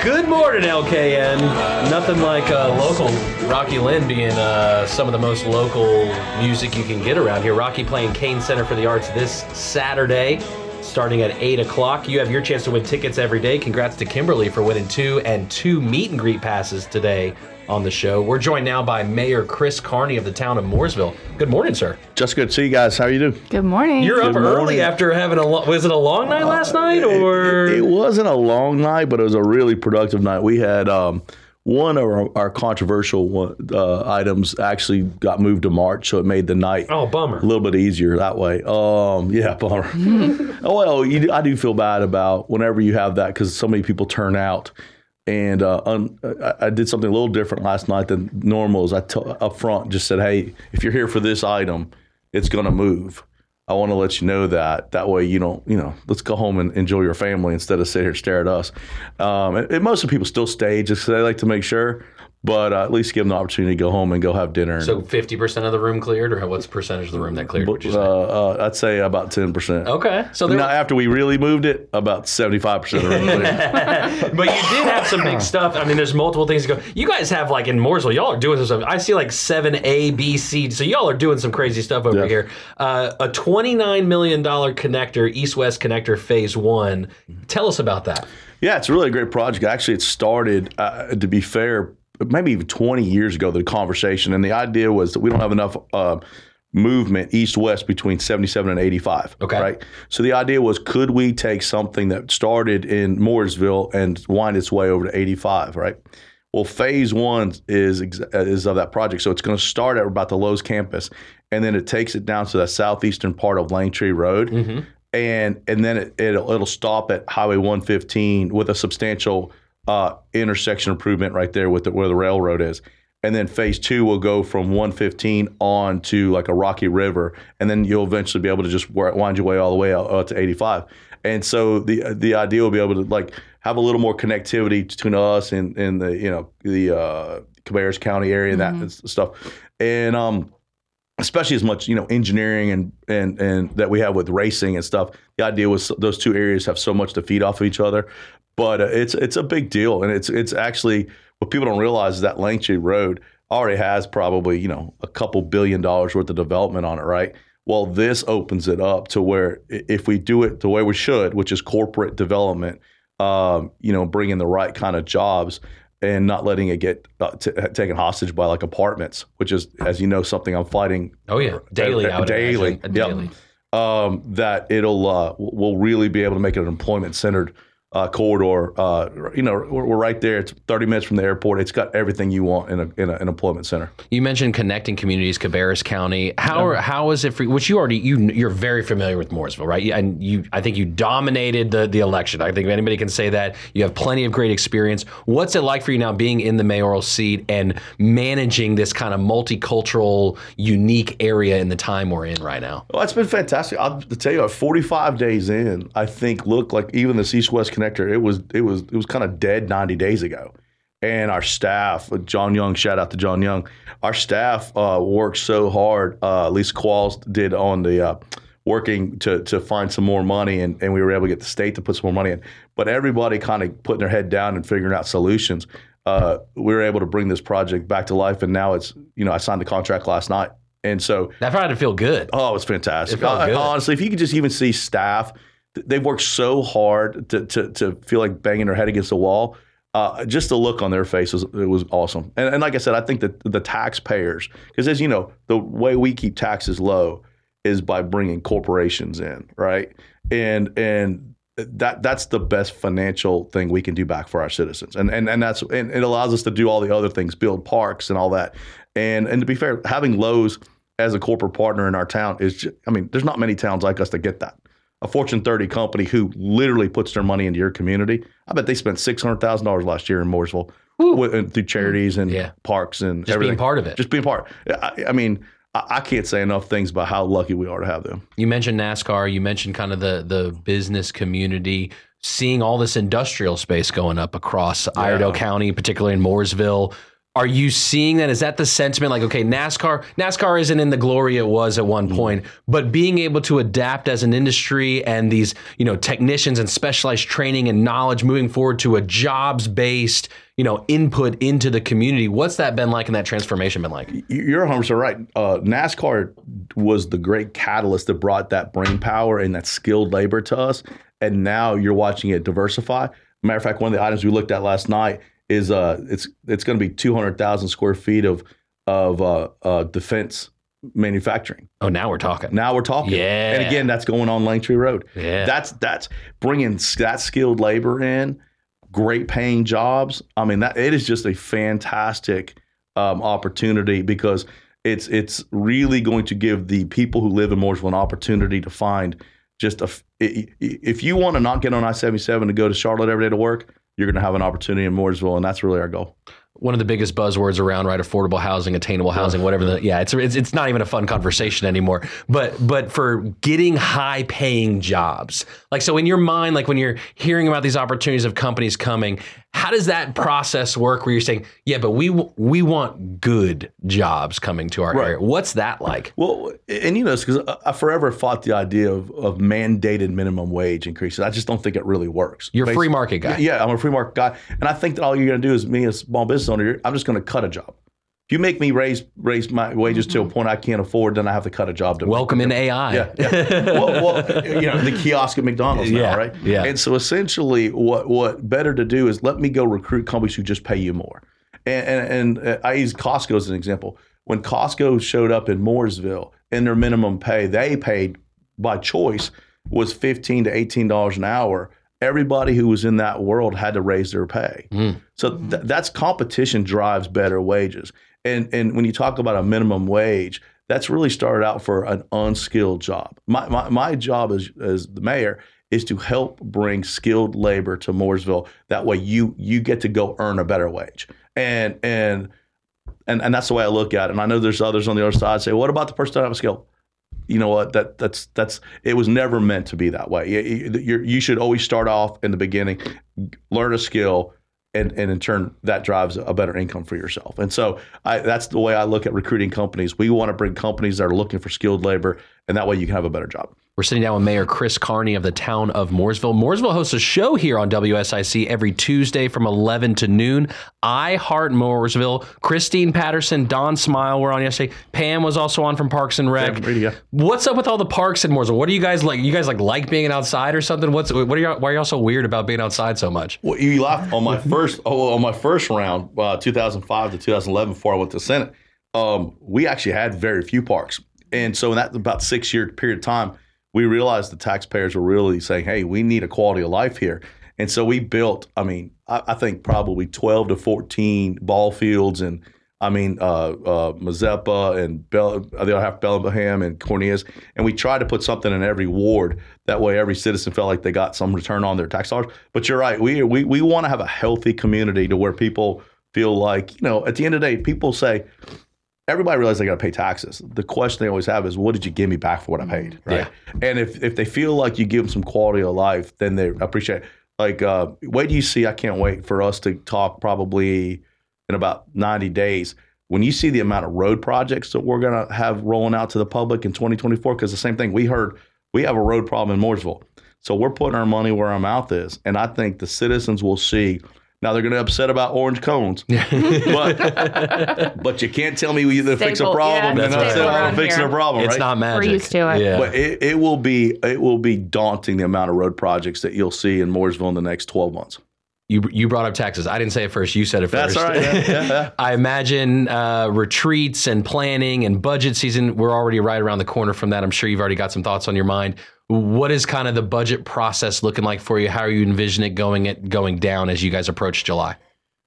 C: Good morning, LKN. Nothing like uh, local Rocky Lynn being uh, some of the most local music you can get around here. Rocky playing Kane Center for the Arts this Saturday, starting at 8 o'clock. You have your chance to win tickets every day. Congrats to Kimberly for winning two and two meet and greet passes today on the show. We're joined now by Mayor Chris Carney of the town of Mooresville. Good morning, sir.
M: Just good to see you guys. How you doing?
D: Good morning.
C: You're up early after having a lo- was it a long night last night or
M: Uh, It wasn't a long night, but it was a really productive night. We had um, one of our, our controversial one, uh, items actually got moved to March, so it made the night
C: oh bummer
M: a little bit easier that way. Um, yeah, [LAUGHS] bummer. oh well, you, do- I do feel bad about whenever you have that because so many people turn out. And uh, un, I, I did something a little different last night than normal. Is I t- up front just said, "Hey, if you're here for this item, it's going to move. I want to let you know that. That way, you don't, you know, let's go home and enjoy your family instead of sit here and stare at us. Um, and, and most of the people still stay just 'cause they like to make sure. But uh, at least give them the opportunity to go home and go have dinner. and-
C: So fifty percent of the room cleared, or what's the percentage of the room that cleared? Would you say?
M: Uh, uh, I'd say about ten percent.
C: Okay,
M: So
C: so there
M: now after we really moved it, about seventy-five percent of the room
C: [LAUGHS]
M: cleared.
N: [LAUGHS] but you did have some big stuff. I mean, there's multiple things to go. You guys have like in Mooresville, y'all are doing some stuff. I see like seven A, B, C. So y'all are doing some crazy stuff over here. Uh, a 29 million dollar connector, East West Connector Phase One. Tell us about that.
M: Yeah, it's really a great project. Actually, it started, uh, to be fair, maybe even 20 years ago, the conversation. And the idea was that we don't have enough uh, movement east west between 77 and 85. Okay. Right. So the idea was could we take something that started in Mooresville and wind its way over to 85, right? Well, phase one is ex- is of that project, so it's going to start at about the Lowe's campus, and then it takes it down to the southeastern part of Langtree Road, and and then it, it'll it'll stop at Highway 115 with a substantial uh, intersection improvement right there with the, where the railroad is, and then Phase Two will go from 115 on to like a Rocky River, and then you'll eventually be able to just wi- wind your way all the way out, out to 85. And so the the idea will be able to like have a little more connectivity between us and and the you know the uh, Cabarrus County area and that s- stuff, and um especially as much you know engineering and and and that we have with racing and stuff the idea was those two areas have so much to feed off of each other but uh, it's it's a big deal and it's it's actually what people don't realize is that Langtree Road already has probably you know a couple billion dollars worth of development on it right well this opens it up to where i- if we do it the way we should which is corporate development um, you know, bringing the right kind of jobs and not letting it get uh, t- taken hostage by like apartments, which is, as you know, something I'm fighting.
N: Oh, yeah. Daily, I would
M: daily,
N: imagine.
M: yep.
N: Daily.
M: Um, that it'll uh, we'll really be able to make it an employment centered uh, corridor. Uh, you know, we're, we're right there. It's 30 minutes from the airport. It's got everything you want in, a, in a, an employment center.
C: You mentioned connecting communities, Cabarrus County. How are, how is it for which you already you you're very familiar with Mooresville, right? You- And you I think you dominated the the election. I think if anybody can say that. You have plenty of great experience. What's it like for you now being in the mayoral seat and managing this kind of multicultural, unique area in the time we're in right now?
M: Well, it's been fantastic. I'll tell you, what, 45 days in, I think look like even this East West connector, it was it was it was kind of dead 90 days ago. And our staff, uh, John Young, shout out to John Young. Our staff uh, worked so hard. Uh, Lisa Qualls did on the uh, working to to find some more money, and, and we were able to get the state to put some more money in. But everybody kind of putting their head down and figuring out solutions. Uh, we were able to bring this project back to life, and now it's you know I signed the contract last night, and so
C: that probably feel good.
M: Oh, it was fantastic.
C: It felt
M: Uh,
C: good.
M: Honestly, if you could just even see staff, th- they've worked so hard to to, to feel like banging their head against the wall. Uh, just the look on their face was it was awesome. And, and like I said, I think that the taxpayers, because as you know, the way we keep taxes low is by bringing corporations in, right? And and that that's the best financial thing we can do back for our citizens, and and and that's and it allows us to do all the other things, build parks and all that. And and to be fair, having Lowe's as a corporate partner in our town is, ju- I mean, there's not many towns like us that get that. A Fortune 30 company who literally puts their money into your community. I bet they spent six hundred thousand dollars last year in Mooresville with, and through charities and parks and
C: Just being
M: everything.
C: part of it.
M: Just being part. I, I mean, I, I can't say enough things about how lucky we are to have them.
C: You mentioned NASCAR. You mentioned kind of the the business community seeing all this industrial space going up across Iredell County, particularly in Mooresville. Are you seeing that? Is that the sentiment? Like, okay, NASCAR NASCAR isn't in the glory it was at one point, but being able to adapt as an industry and these you know technicians and specialized training and knowledge moving forward to a jobs based you know input into the community. What's that been like, and that transformation been like?
M: You- You're 100 percent right. Uh, NASCAR was the great catalyst that brought that brain power and that skilled labor to us, and now you're watching it diversify. Matter of fact, one of the items we looked at last night is uh, it's it's going to be 200,000 square feet of of uh, uh, defense manufacturing.
C: Oh, now we're talking.
M: Now we're talking.
C: Yeah.
M: And again, that's going on Langtree Road.
C: Yeah.
M: That's that's bringing s- that skilled labor in, great paying jobs. I mean, that it is just a fantastic um, opportunity because it's it's really going to give the people who live in Mooresville an opportunity to find just a f- i- i- if you want to not get on I seventy seven to go to Charlotte every day to work, you're going to have an opportunity in Mooresville, and that's really our goal.
C: one of the biggest buzzwords around, right? Affordable housing, attainable housing, whatever. The, yeah, it's, it's it's not even a fun conversation anymore. But but for getting high paying jobs, like so in your mind, like when you're hearing about these opportunities of companies coming, How does that process work? Where you're saying, yeah, but we w- we want good jobs coming to our area. What's that like?
M: Well, and you know, because I I forever fought the idea of, of mandated minimum wage increases. I just don't think it really works.
C: You're a
M: Basi-
C: free market guy.
M: Yeah, I'm a free market guy, and I think that all you're going to do is me as a small business owner. you're- I'm just going to cut a job. If you make me raise raise my wages to a point I can't afford, then I have to cut a job. To
C: Welcome in AI.
M: Yeah, yeah. well, well, you know,
C: [LAUGHS]
M: the kiosk at McDonald's
C: Yeah,
M: now, right?
C: yeah.
M: And so essentially, what what better to do is let me go recruit companies who just pay you more. And and, and uh, I use Costco as an example. When Costco showed up in Mooresville and their minimum pay, they paid by choice was fifteen to eighteen dollars an hour. Everybody who was in that world had to raise their pay.
C: Mm.
M: So th- that's competition drives better wages. And and when you talk about a minimum wage, that's really started out for an unskilled job. My my, my job as as the mayor is to help bring skilled labor to Mooresville. That way you you get to go earn a better wage. And and and, and that's the way I look at it. And I know there's others on the other side say, what about the person that have a skill? You know what? That that's that's it was never meant to be that way. You, you, you should always start off in the beginning, learn a skill, and and in turn that drives a better income for yourself. And so I, that's the way I look at recruiting companies. We want to bring companies that are looking for skilled labor, and that way you can have a better job.
C: We're sitting down with Mayor Chris Carney of the town of Mooresville. Mooresville hosts a show here on WSIC every Tuesday from 11 to noon. I Heart Mooresville. Christine Patterson, Don Smile were on yesterday. Pam was also on from Parks and Rec. What's up with all the parks in Mooresville? What do you guys like? You guys like like being outside or something? What's what are y'all, why are y'all so weird about being outside so much?
M: Well, you laugh on my first oh, on my first round, uh, 2005 to 2011, before I went to Senate. Um, we actually had very few parks, and so in that about six year period of time, we realized the taxpayers were really saying, "Hey, we need a quality of life here." And so we built. I mean, I, I think probably 12 to 14 ball fields, and I mean, uh, uh, Mazeppa and uh, Bell, the other half Bellingham and Cornelius, and we tried to put something in every ward. That way, every citizen felt like they got some return on their tax dollars. But you're right. We we we want to have a healthy community to where people feel like you know. At the end of the day, people say everybody realizes they got to pay taxes. The question they always have is, "What did you give me back for what I paid?" Right. And if if they feel like you give them some quality of life, then they appreciate. It. Like, uh, wait do you see? I can't wait for us to talk probably in about ninety days. When you see the amount of road projects that we're going to have rolling out to the public in 2024, because the same thing we heard, we have a road problem in Mooresville. So we're putting our money where our mouth is. And I think the citizens will see. Now they're going to be upset about orange cones, but, [LAUGHS] but you can't tell me you fix a
C: Staple,
M: problem
C: yeah,
M: and
C: it's
M: not
C: a
M: upset
C: staple
M: about
C: around
M: fixing a
C: here.
M: problem.
C: It's
M: right?
C: not magic. We're used to it. Yeah.
M: But it, it will be it will be daunting the amount of road projects that you'll see in Mooresville in the next 12 months.
C: You you brought up taxes. I didn't say it first. You said it
M: That's
C: first.
M: all right. Yeah, yeah, yeah.
C: [LAUGHS] I imagine uh, retreats and planning and budget season. We're already right around the corner from that. I'm sure you've already got some thoughts on your mind. What is kind of the budget process looking like for you? How are you envision it going it going down as you guys approach July?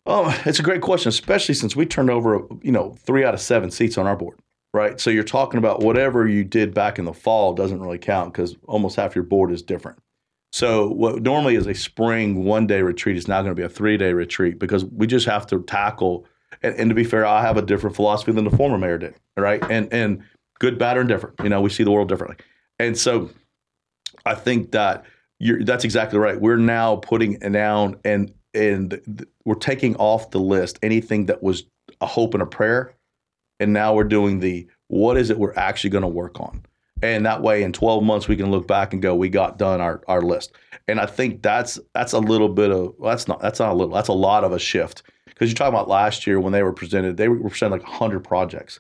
M: Oh, it's a great question, especially since we turned over, you know, three out of seven seats on our board, right? So you're talking about whatever you did back in the fall doesn't really count because almost half your board is different. So what normally is a spring one day retreat is now going to be a three day retreat because we just have to tackle. And, and to be fair, I have a different philosophy than the former mayor did, right? And and good, bad, or indifferent. You know, we see the world differently, and so I think that you're that's exactly right. We're now putting it down and and th- we're taking off the list anything that was a hope and a prayer, and now we're doing the what is it we're actually going to work on, and that way in 12 months we can look back and go we got done our our list, and I think that's that's a little bit of well, that's not that's not a little that's a lot of a shift because you're talking about last year when they were presented they were presented like 100 projects,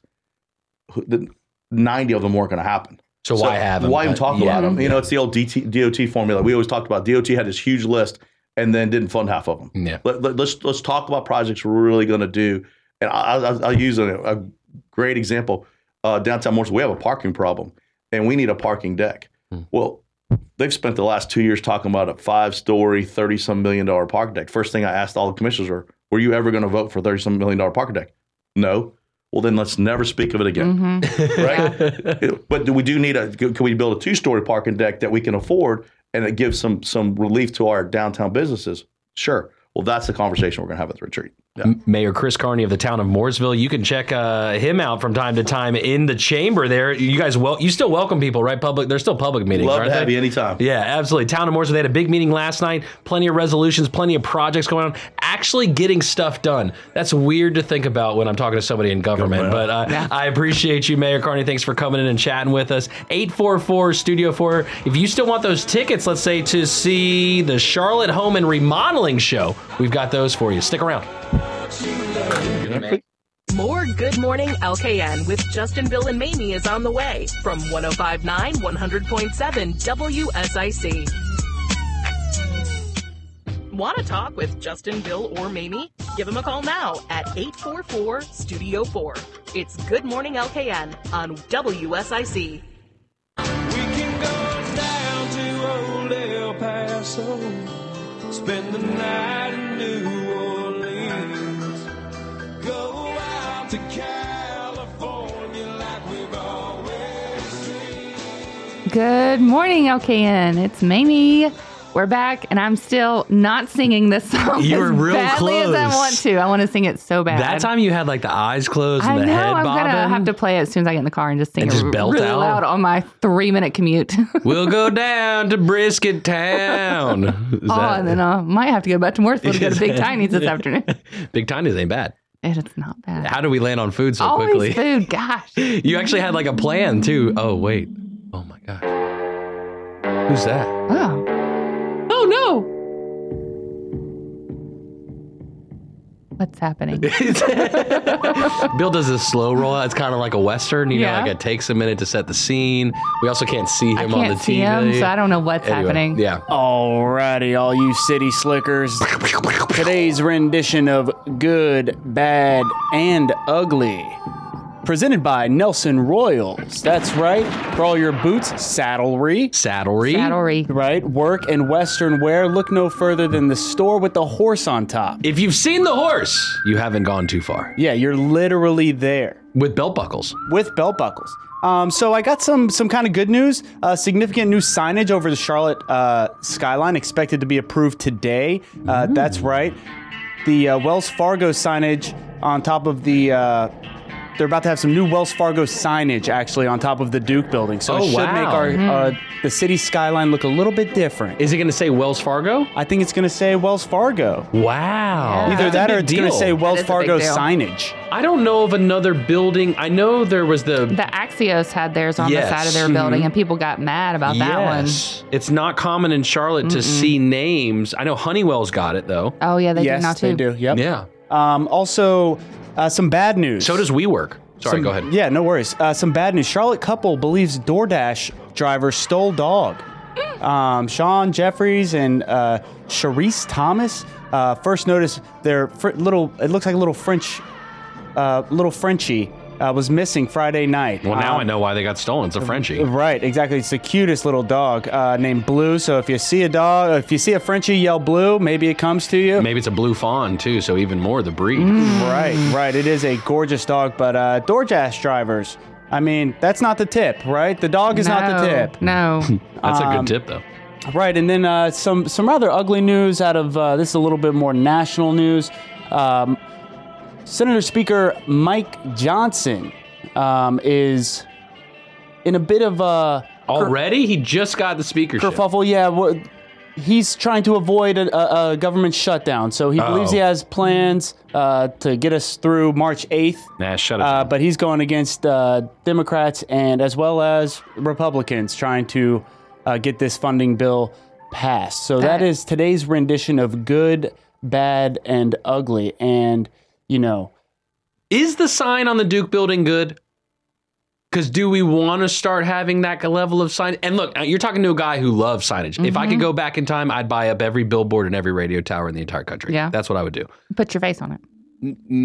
M: Who- the- 90 of them weren't going to happen.
C: So why have 'em?
M: Why even
C: Uh,
M: talk
C: yeah.
M: about them? You know, it's the old DT, DOT formula. We always talked about DOT had this huge list and then didn't fund half of them.
C: Yeah.
M: Let, let, us let's talk about projects we're really going to do. And I, I, I'll use a, a great example. Uh, downtown Morris, we have a parking problem and we need a parking deck. Well, they've spent the last two years talking about a five story, 30 some million dollar park deck. First thing I asked all the commissioners were, were you ever going to vote for 30 some million dollar park deck? No. Well, then let's never speak of it again. It- [LAUGHS] but do we do need a can we build a two story parking deck that we can afford and it gives some some relief to our downtown businesses sure well that's the conversation we're going to have at the retreat
C: M- Mayor Chris Carney of the town of Mooresville. You can check uh, him out from time to time in the chamber. There, you guys, well, you still welcome people, right? Public, they're still public meetings.
M: love
C: aren't
M: to have
C: they?
M: you anytime
C: Yeah, absolutely. Town of Mooresville, they had a big meeting last night. Plenty of resolutions, plenty of projects going on. actually getting stuff done. That's weird to think about when I'm talking to somebody in government. But uh, I appreciate you, Mayor Carney. Thanks for coming in and chatting with us. 844 Studio 4. If you still want those tickets, let's say to see the Charlotte Home and Remodeling Show, we've got those for you. Stick around.
F: More Good Morning LKN with Justin, Bill, and Mamie is on the way from 1059 100.7 WSIC. Want to talk with Justin, Bill, or Mamie? Give them a call now at 844 Studio 4. It's Good Morning LKN on WSIC.
B: down to old El Paso, spend the night in New Orleans, go out to California like we've always dreamed.
D: Good morning, LKN. It's Mamie. We're back, and I'm still not singing this song
C: You were
D: as
C: real
D: badly as I
C: close.
D: want to. I want to sing it so bad.
C: That time you had like the eyes closed and
D: I
C: the
D: know.
C: head
D: I'm gonna
C: bobbing.
D: have to play it as soon as I get in the car and just sing
C: And
D: it
C: just
D: r-
C: belt
D: really
C: out.
D: loud on my three-minute commute. [LAUGHS]
C: we'll go down to Brisket Town. Is
D: oh,
C: that-
D: and then I might have to go back to Morrisville to go
C: [LAUGHS]
D: to Big Tiny's this afternoon.
C: Big Tiny's ain't bad.
D: It's not bad.
C: How do we land on food so
D: Always
C: quickly?
D: food. Gosh.
C: [LAUGHS] You actually had like a plan too. Oh wait. Oh my gosh. Who's
D: [LAUGHS]
C: that?
D: Oh. Oh no.
C: [LAUGHS]
D: What's happening?
C: Bill does this slow roll. It's kind of like a western. You
D: Yeah.
C: know, like it takes a minute to set the scene. We also can't see him
D: I
C: on the
D: can't see
C: TV.
D: him, so I don't know what's
C: Anyway,
D: happening.
C: Yeah.
E: Alrighty, all you city slickers. Today's rendition of Good, Bad, and Ugly. Presented by Nelson Royals. That's right. For all your boots, saddlery.
C: Saddlery.
D: Saddlery.
E: Right. Work and Western wear. Look no further than the store with the horse on top.
C: If you've seen the horse, you haven't gone too far.
E: Yeah, you're literally there.
C: With belt buckles.
E: With belt buckles. Um, so I got some some kind of good news. Uh, significant new signage over the Charlotte uh, skyline expected to be approved today. Uh, That's right. The uh, Wells Fargo signage on top of the. Uh, they're about to have some new Wells Fargo signage actually on top of the Duke building. So
C: Oh,
E: it should make
C: wow.
E: our,
C: Mhm.
E: our the city skyline look a little bit different.
C: Is it going to say Wells Fargo?
E: I think it's going to say Wells Fargo.
C: Wow.
E: Either
C: That's a
E: that or
C: big
E: it's going to
C: deal.
E: say Wells
D: is a big
E: Fargo
D: deal.
E: signage.
C: I don't know of another building. I know there was the.
D: The Axios had theirs on
C: Yes.
D: the side of their building, and people got mad about that
C: yes. It's not common in Charlotte to see names. I know Honeywell's got it though.
D: one. Oh yeah, they
E: yes,
D: do now too.
E: they do. Yep.
C: Yeah.
E: Um, also, uh, some bad news.
C: So does WeWork. Sorry,
E: Some-
C: go ahead.
E: Yeah, no worries. Uh, some bad news. Charlotte couple believes DoorDash driver
C: [GASPS]
E: stole dog. Um, Sean Jeffries and uh, Charisse Thomas uh, first noticed their fr- little. It looks like a little French, uh, little Frenchie uh, was missing Friday night.
C: Well, now
E: Um,
C: I know why they got stolen. It's a Frenchie.
E: Right, exactly. It's the cutest little dog uh, named Blue. So if you see a dog, if you see a Frenchie yell Blue, maybe it comes to you. Mm,
C: Maybe it's a blue fawn too, so even more the breed.
E: Right, right. It is a gorgeous dog, but uh, DoorDash drivers. I mean, that's not the tip, right? The dog is not the
D: No,
E: tip.
D: No.
C: [LAUGHS] That's a
E: Um,
C: good tip though.
E: Right, and then uh, some some rather ugly news out of uh, this is a little bit more national news. Um, Senator Speaker Mike Johnson um, is in a bit of a
C: Already, he just got the speakership.
E: kerfuffle. Yeah, wha- he's trying to avoid a, a, a government shutdown, so he believes
C: Oh.
E: he has plans uh, to get us through March eighth.
C: Nah, shut it.
E: Uh,
C: down.
E: but he's going against uh, Democrats and as well as Republicans trying to uh, get this funding bill passed. So that
D: That-
E: is today's rendition of good, bad, and ugly. And you know,
C: Is the sign on the Duke building good? Because do we want to start having that level of sign? And look, you're talking to a guy who loves signage. If
D: Mm-hmm.
C: I could go back in time, I'd buy up every billboard and every radio tower in the entire country.
D: Yeah.
C: That's what I would do.
D: Put your face on it.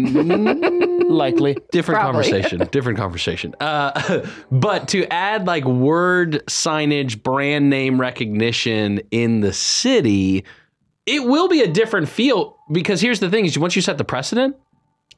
C: [LAUGHS]
E: likely.
C: different
D: Mm-hmm. Probably. [LAUGHS]
C: conversation different conversation uh, [LAUGHS] but to add like word signage brand name recognition in the city it will be a different feel because here's the thing is once you set the precedent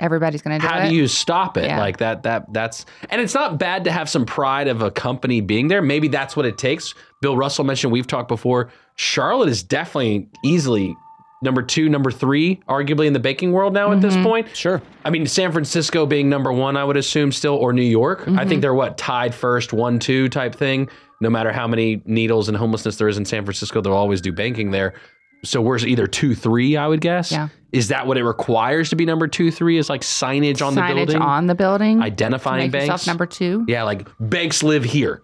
D: Everybody's gonna do
C: how
D: it.
C: do you stop it
D: Yeah.
C: like that that that's and it's not bad to have some pride of a company being there maybe that's what it takes bill russell mentioned we've talked before charlotte is definitely easily number two number three arguably in the baking world now at this
D: Mm-hmm.
C: point
E: Sure.
C: I mean, San Francisco being number one, I would assume still, or New York. I
D: Mm-hmm.
C: think they're what tied first, one two type thing. No matter how many needles and homelessness there is in San Francisco, they'll always do banking there. So we're either two three, I would guess.
D: Yeah.
C: Is that what it requires to be number two three? Is like signage on the
D: Signage
C: building,
D: on the building.
C: identifying
D: Make yourself
C: banks.
D: number two.
C: yeah, like banks live here.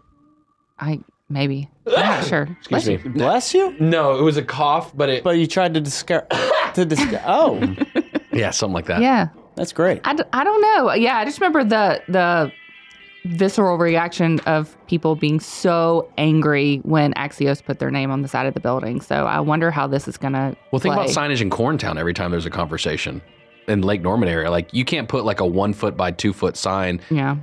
D: I
C: [LAUGHS]
D: maybe. I'm
C: [GASPS]
D: not sure.
C: Excuse me.
E: Bless you.
C: No, it was a cough, but it.
E: But you tried to discuss. [COUGHS] to discuss. Oh,
C: Yeah, something like that.
D: Yeah.
E: that's great.
D: I, d- I don't know. Yeah, I just remember the the visceral reaction of people being so angry when Axios put their name on the side of the building. So I wonder how this is gonna.
C: Well, think
D: play.
C: about signage in Corntown every time there's a conversation in Lake Norman area. Like you can't put like a one foot by two foot sign
D: Yeah.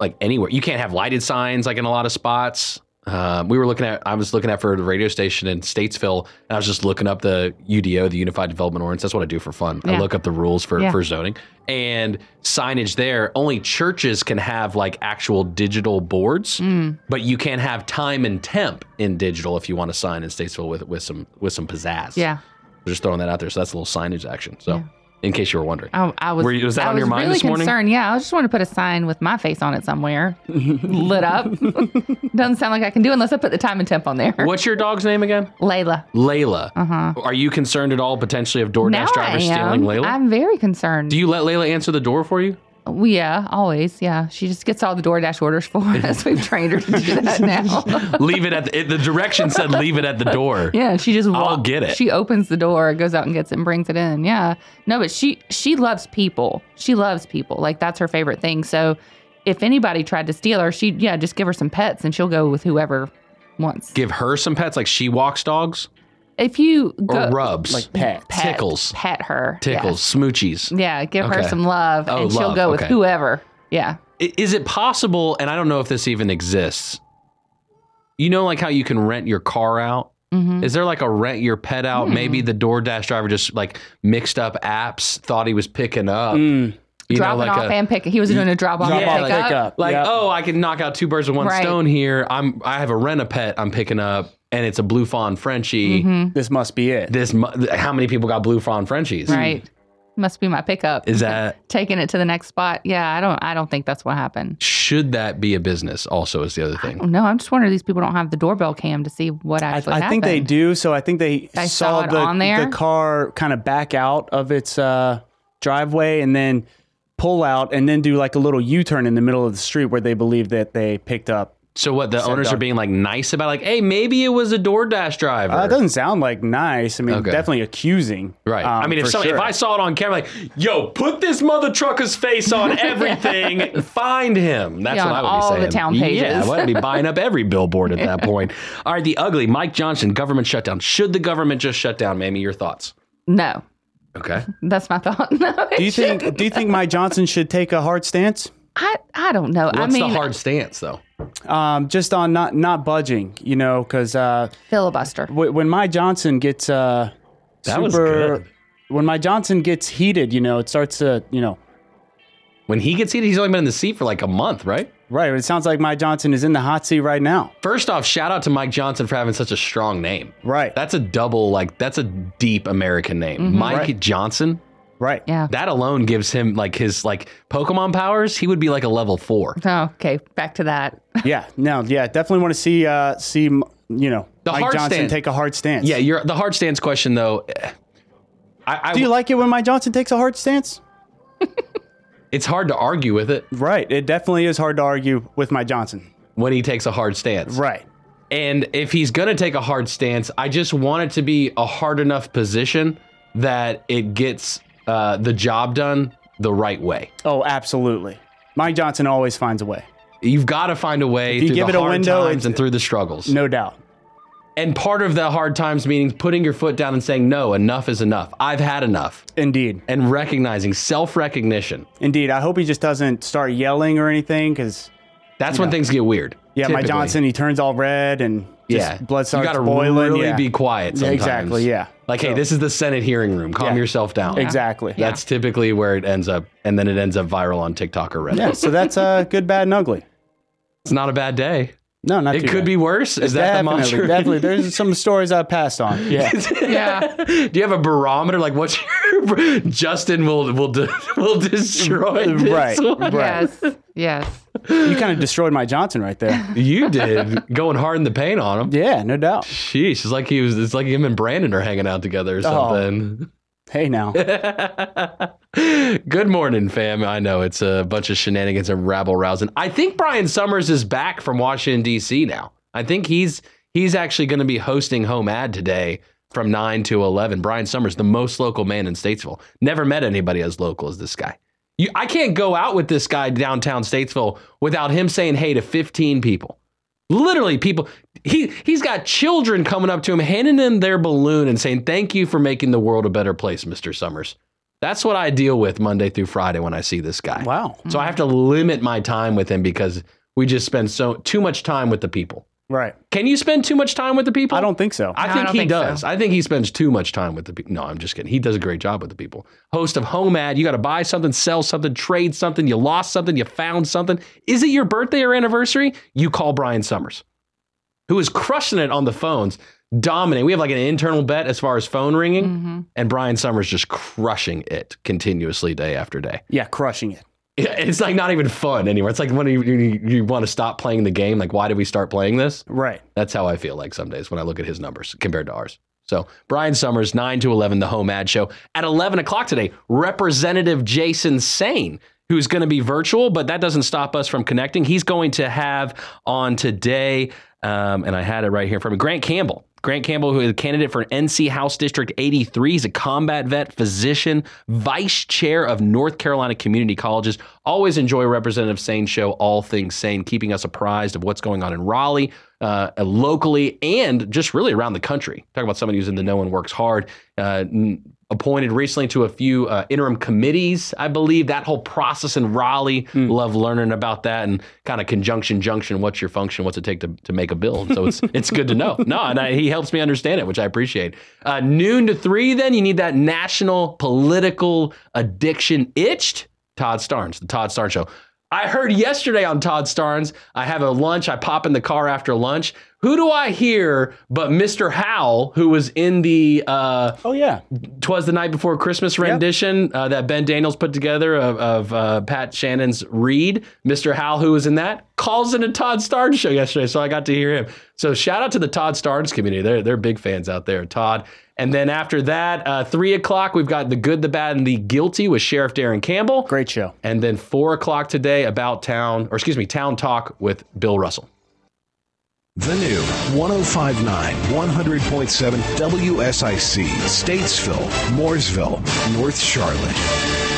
C: like anywhere. You can't have lighted signs like in a lot of spots. Um, we were looking at, I was looking at for the radio station in Statesville, and I was just looking up the UDO, the Unified Development Ordinance. That's what I do for fun. I
N: Yeah.
C: look up the rules for,
N: Yeah.
C: for zoning and signage there. Only churches can have like actual digital boards,
D: Hmm.
N: Mm.
C: but you can have time and temp in digital if you want to sign in Statesville with with some with some pizzazz.
D: Yeah.
C: We're just throwing that out there. So that's a little signage action. So, in case you were wondering,
D: I, Oh, I was.
C: Were you- was that
D: I
C: on your mind
D: really
C: this morning?
D: Concerned. Yeah, I just want to put a sign with my face on it somewhere, [LAUGHS] lit up. [LAUGHS] Doesn't sound like I can do unless I put the time and temp on there.
C: what's your dog's name again?
D: Layla.
C: Layla.
D: Uh huh.
C: Are you concerned at all potentially of DoorDash
D: Now I am.
C: drivers stealing Layla?
D: I'm very concerned.
C: Do you let Layla answer the door for you?
D: Well, yeah, always. Yeah, she just gets all the DoorDash orders for us. We've trained her to do
C: [LAUGHS]
D: that now.
C: leave it at the, it- the direction said leave it at the door.
D: [LAUGHS] Yeah, she just
C: I'll
D: walk-
C: get it.
D: She opens the door, goes out and gets it, and brings it in. Yeah, no, but she she loves people. She loves people. Like that's her favorite thing. So if anybody tried to steal her, she yeah, just give her some pets and she'll go with whoever wants.
C: Give her some pets like she walks dogs
D: If you
C: or
D: go,
C: rubs.
D: pet,
C: Tickles.
D: pet her, yeah.
C: Tickles, smoochies.
D: Yeah, give her
C: Okay.
D: some love,
C: Oh,
D: and she'll
C: love,
D: go with
C: okay.
D: whoever. Yeah,
C: I- Is it possible and I don't know if this even exists. You know like how you can rent your car out?
D: Mhm.
C: Is there like a rent your pet
D: Hmm.
C: out? Maybe the DoorDash driver just like mixed up apps, thought he was picking up.
E: Hmm.
C: You
D: dropping
C: like
D: off
C: a-
D: and picking. He was doing a drop off, and pick up.
C: Like, oh, I can knock out two birds with one
D: Right.
C: stone here. I'm I have a rent a pet I'm picking up, and it's a blue fawn Frenchie.
D: Mhm.
E: This must be it.
C: This mu- th- how many people got blue fawn Frenchies?
D: Right. Must be my pickup.
C: Is that
D: [LAUGHS] taking it to the next spot? Yeah, I don't. I don't think that's what happened.
C: should that be a business? Also, is the other thing.
D: No, I'm just wondering. if These people don't have the doorbell cam to see what actually
E: I
D: happened.
E: think they do. So I think they,
D: They saw
E: saw,
D: it
E: the,
D: on there?
E: the car kind of back out of its uh, driveway and then pull out and then do like a little U turn in the middle of the street where they believe that they picked up.
C: So what the
E: Said
C: owners are
E: dog.
C: being like nice about like, hey, maybe it was a DoorDash driver.
E: Uh, it doesn't sound like nice. I mean,
C: Okay.
E: definitely accusing. um,
C: Right. I mean, if some, if I saw it on camera, like, yo, put this mother trucker's face
D: [LAUGHS]
C: on everything, find him. That's
D: Yeah,
C: what
D: on
C: I would
D: all
C: be
D: the
C: saying.
D: town
C: Yeah,
D: pages.
C: I
D: [LAUGHS]
C: would be buying up every billboard at that
D: Yeah.
C: point. All right, the ugly Mike Johnson government shutdown. Should the government just shut down, Mamie? Your thoughts?
D: No,
C: Okay.
D: that's my [LAUGHS] thought. No,
E: do you think do you think Mike Johnson should take a hard stance?
D: I I don't know. I
C: What's
D: mean,
C: the hard stance though?
E: um, just on not not budging, you know, because uh,
D: filibuster.
E: W- when my Johnson gets uh,
C: That
E: super,
C: was good.
E: when my Johnson gets heated, you know, it starts to, you know,
C: When he gets heated, he's only been in the seat for like a month, right?
E: right. It sounds like my Johnson is in the hot seat right now.
C: First off, shout out to Mike Johnson for having such a strong name.
E: Right.
C: That's a double, like, that's a deep American name.
E: Mhm.
C: Mike
E: Right.
C: Johnson.
E: Right.
D: Yeah.
C: That alone gives him, like, his, like, Pokemon powers. He would be like a level four.
D: Oh, okay, back to that.
E: Yeah, no, yeah, definitely want to see uh, see m- you know
C: The
E: Mike
C: hard
E: Johnson
C: stance.
E: take a hard stance.
C: Yeah, you're, the hard stance question, though, eh, I, I,
E: Do you like it when Mike Johnson takes a hard stance?
C: it's hard to argue with it
E: Right. It definitely is hard to argue with my Johnson.
C: when he takes a hard stance.
E: Right.
C: And if he's going to take a hard stance, I just want it to be a hard enough position that it gets uh, the job done the right way.
E: Oh, absolutely. Mike Johnson always finds a way.
C: You've got to find a way
E: If you
C: through
E: give
C: the
E: it a
C: hard
E: window,
C: times
E: it's-
C: and through the struggles.
E: No doubt.
C: And part of the hard times meaning putting your foot down and saying, no, enough is enough. I've had enough.
E: Indeed.
C: And recognizing self recognition.
E: Indeed. I hope he just doesn't start yelling or anything because
C: That's when things get weird.
E: yeah, my
C: typically.
E: Johnson he turns all red and just
C: yeah.
E: blood starts
C: you gotta
E: boiling.
C: really
E: yeah.
C: be quiet
E: Yeah,
C: sometimes.
E: exactly. Yeah.
C: Like, hey,
E: So-
C: this is the Senate hearing room. Calm
E: Yeah.
C: yourself down.
E: Exactly. Yeah.
C: That's typically where it ends up. And then it ends up viral on TikTok or Reddit.
E: Yeah. So
C: [LAUGHS]
E: that's [LAUGHS] uh, good, bad, and ugly.
C: It's not a bad day.
E: No, not
C: It
E: too
C: could
E: bad.
C: be worse. Is that the
E: Definitely,
C: mantra?
E: [LAUGHS] Definitely.
C: [LAUGHS]
E: There's some stories I passed on. Yeah.
D: Yeah.
C: Do you have a barometer? Like, what's [LAUGHS] your Justin [LAUGHS] will will de- will destroy this
E: Right,
D: [LAUGHS]
C: one.
E: right.
D: Yes. Yes.
E: You kind of destroyed my Johnson right there.
C: You did going hard in the paint on him.
E: Yeah, no doubt.
C: Sheesh, it's like he was. It's like him and Brandon are hanging out together or something.
E: Oh. Hey now.
C: [LAUGHS] Good morning, fam. I know it's a bunch of shenanigans and rabble rousing. I think Brian Summers is back from Washington D.C. now. I think he's he's actually going to be hosting Home Ad today from nine to eleven. Brian Summers, the most local man in Statesville. Never met anybody as local as this guy. You, I can't go out with this guy downtown Statesville without him saying hey to 15 people. Literally, people. He he's got children coming up to him, handing them their balloon, and saying thank you for making the world a better place, Mr. Summers. That's what I deal with Monday through Friday when I see this guy.
E: Wow.
C: So I have to limit my time with him because we just spend so too much time with the people.
E: Right.
C: Can you spend too much time with the people? I
E: don't think so.
C: I
E: No, I
C: think
E: don't
C: he
E: think
C: does. I think he spends too much time with the people. No, I'm just kidding. He does a great job with the people. Host of Home Ad. You got to buy something, sell something, trade something. You lost something, you found something. Is it your birthday or anniversary? You call Brian Summers, who is crushing it on the phones, dominating. We have like an internal bet as far as phone ringing, and Brian Summers just crushing it continuously day after day.
E: Yeah, crushing it.
C: Yeah, it's like not even fun anymore. It's like when you, you, you want to stop playing the game. Like, why did we start playing this?
E: Right.
C: That's how I feel like some days when I look at his numbers compared to ours. So Brian Summers, nine to eleven, the home ad show at eleven o'clock today. Representative Jason Sane, who's going to be virtual, but that doesn't stop us from connecting. He's going to have on today, um, and I had it right here from Grant Campbell. Grant Campbell, who is a candidate for NC House District 83, he's a combat vet, physician, vice chair of North Carolina Community Colleges. Always enjoy Representative Sane's show, All Things Sane, keeping us apprised of what's going on in Raleigh, uh, locally, and just really around the country. Talk about somebody who's in the know and works hard. Uh, n- appointed recently to a few uh, interim committees, I believe. That whole process in Raleigh, love learning about that and kind of conjunction junction. What's your function? What's it take to, to make a bill? And so it's [LAUGHS] it's good to know. No, and I, he helps me understand it, which I appreciate. Uh, noon to three, then you need that national political addiction itched. Todd Starnes, the Todd Starnes show. I heard yesterday on Todd Starnes, I have a lunch, I pop in the car after lunch. Who do I hear but Mr. Howell, who was in the uh,
E: oh yeah,
C: twas the night before Christmas rendition uh, that Ben Daniels put together of, of uh, Pat Shannon's read. Mr. Howell, who was in that, calls in a Todd Starnes show yesterday, so I got to hear him. So shout out to the Todd Starnes community; they're they're big fans out there, Todd. And then after that, uh, three o'clock, we've got the good, the bad, and the guilty with Sheriff Darren Campbell.
E: Great show.
C: And then four o'clock today, about town, or excuse me, town talk with Bill Russell.
H: The new 1059 100.7 WSIC, Statesville, Mooresville, North Charlotte.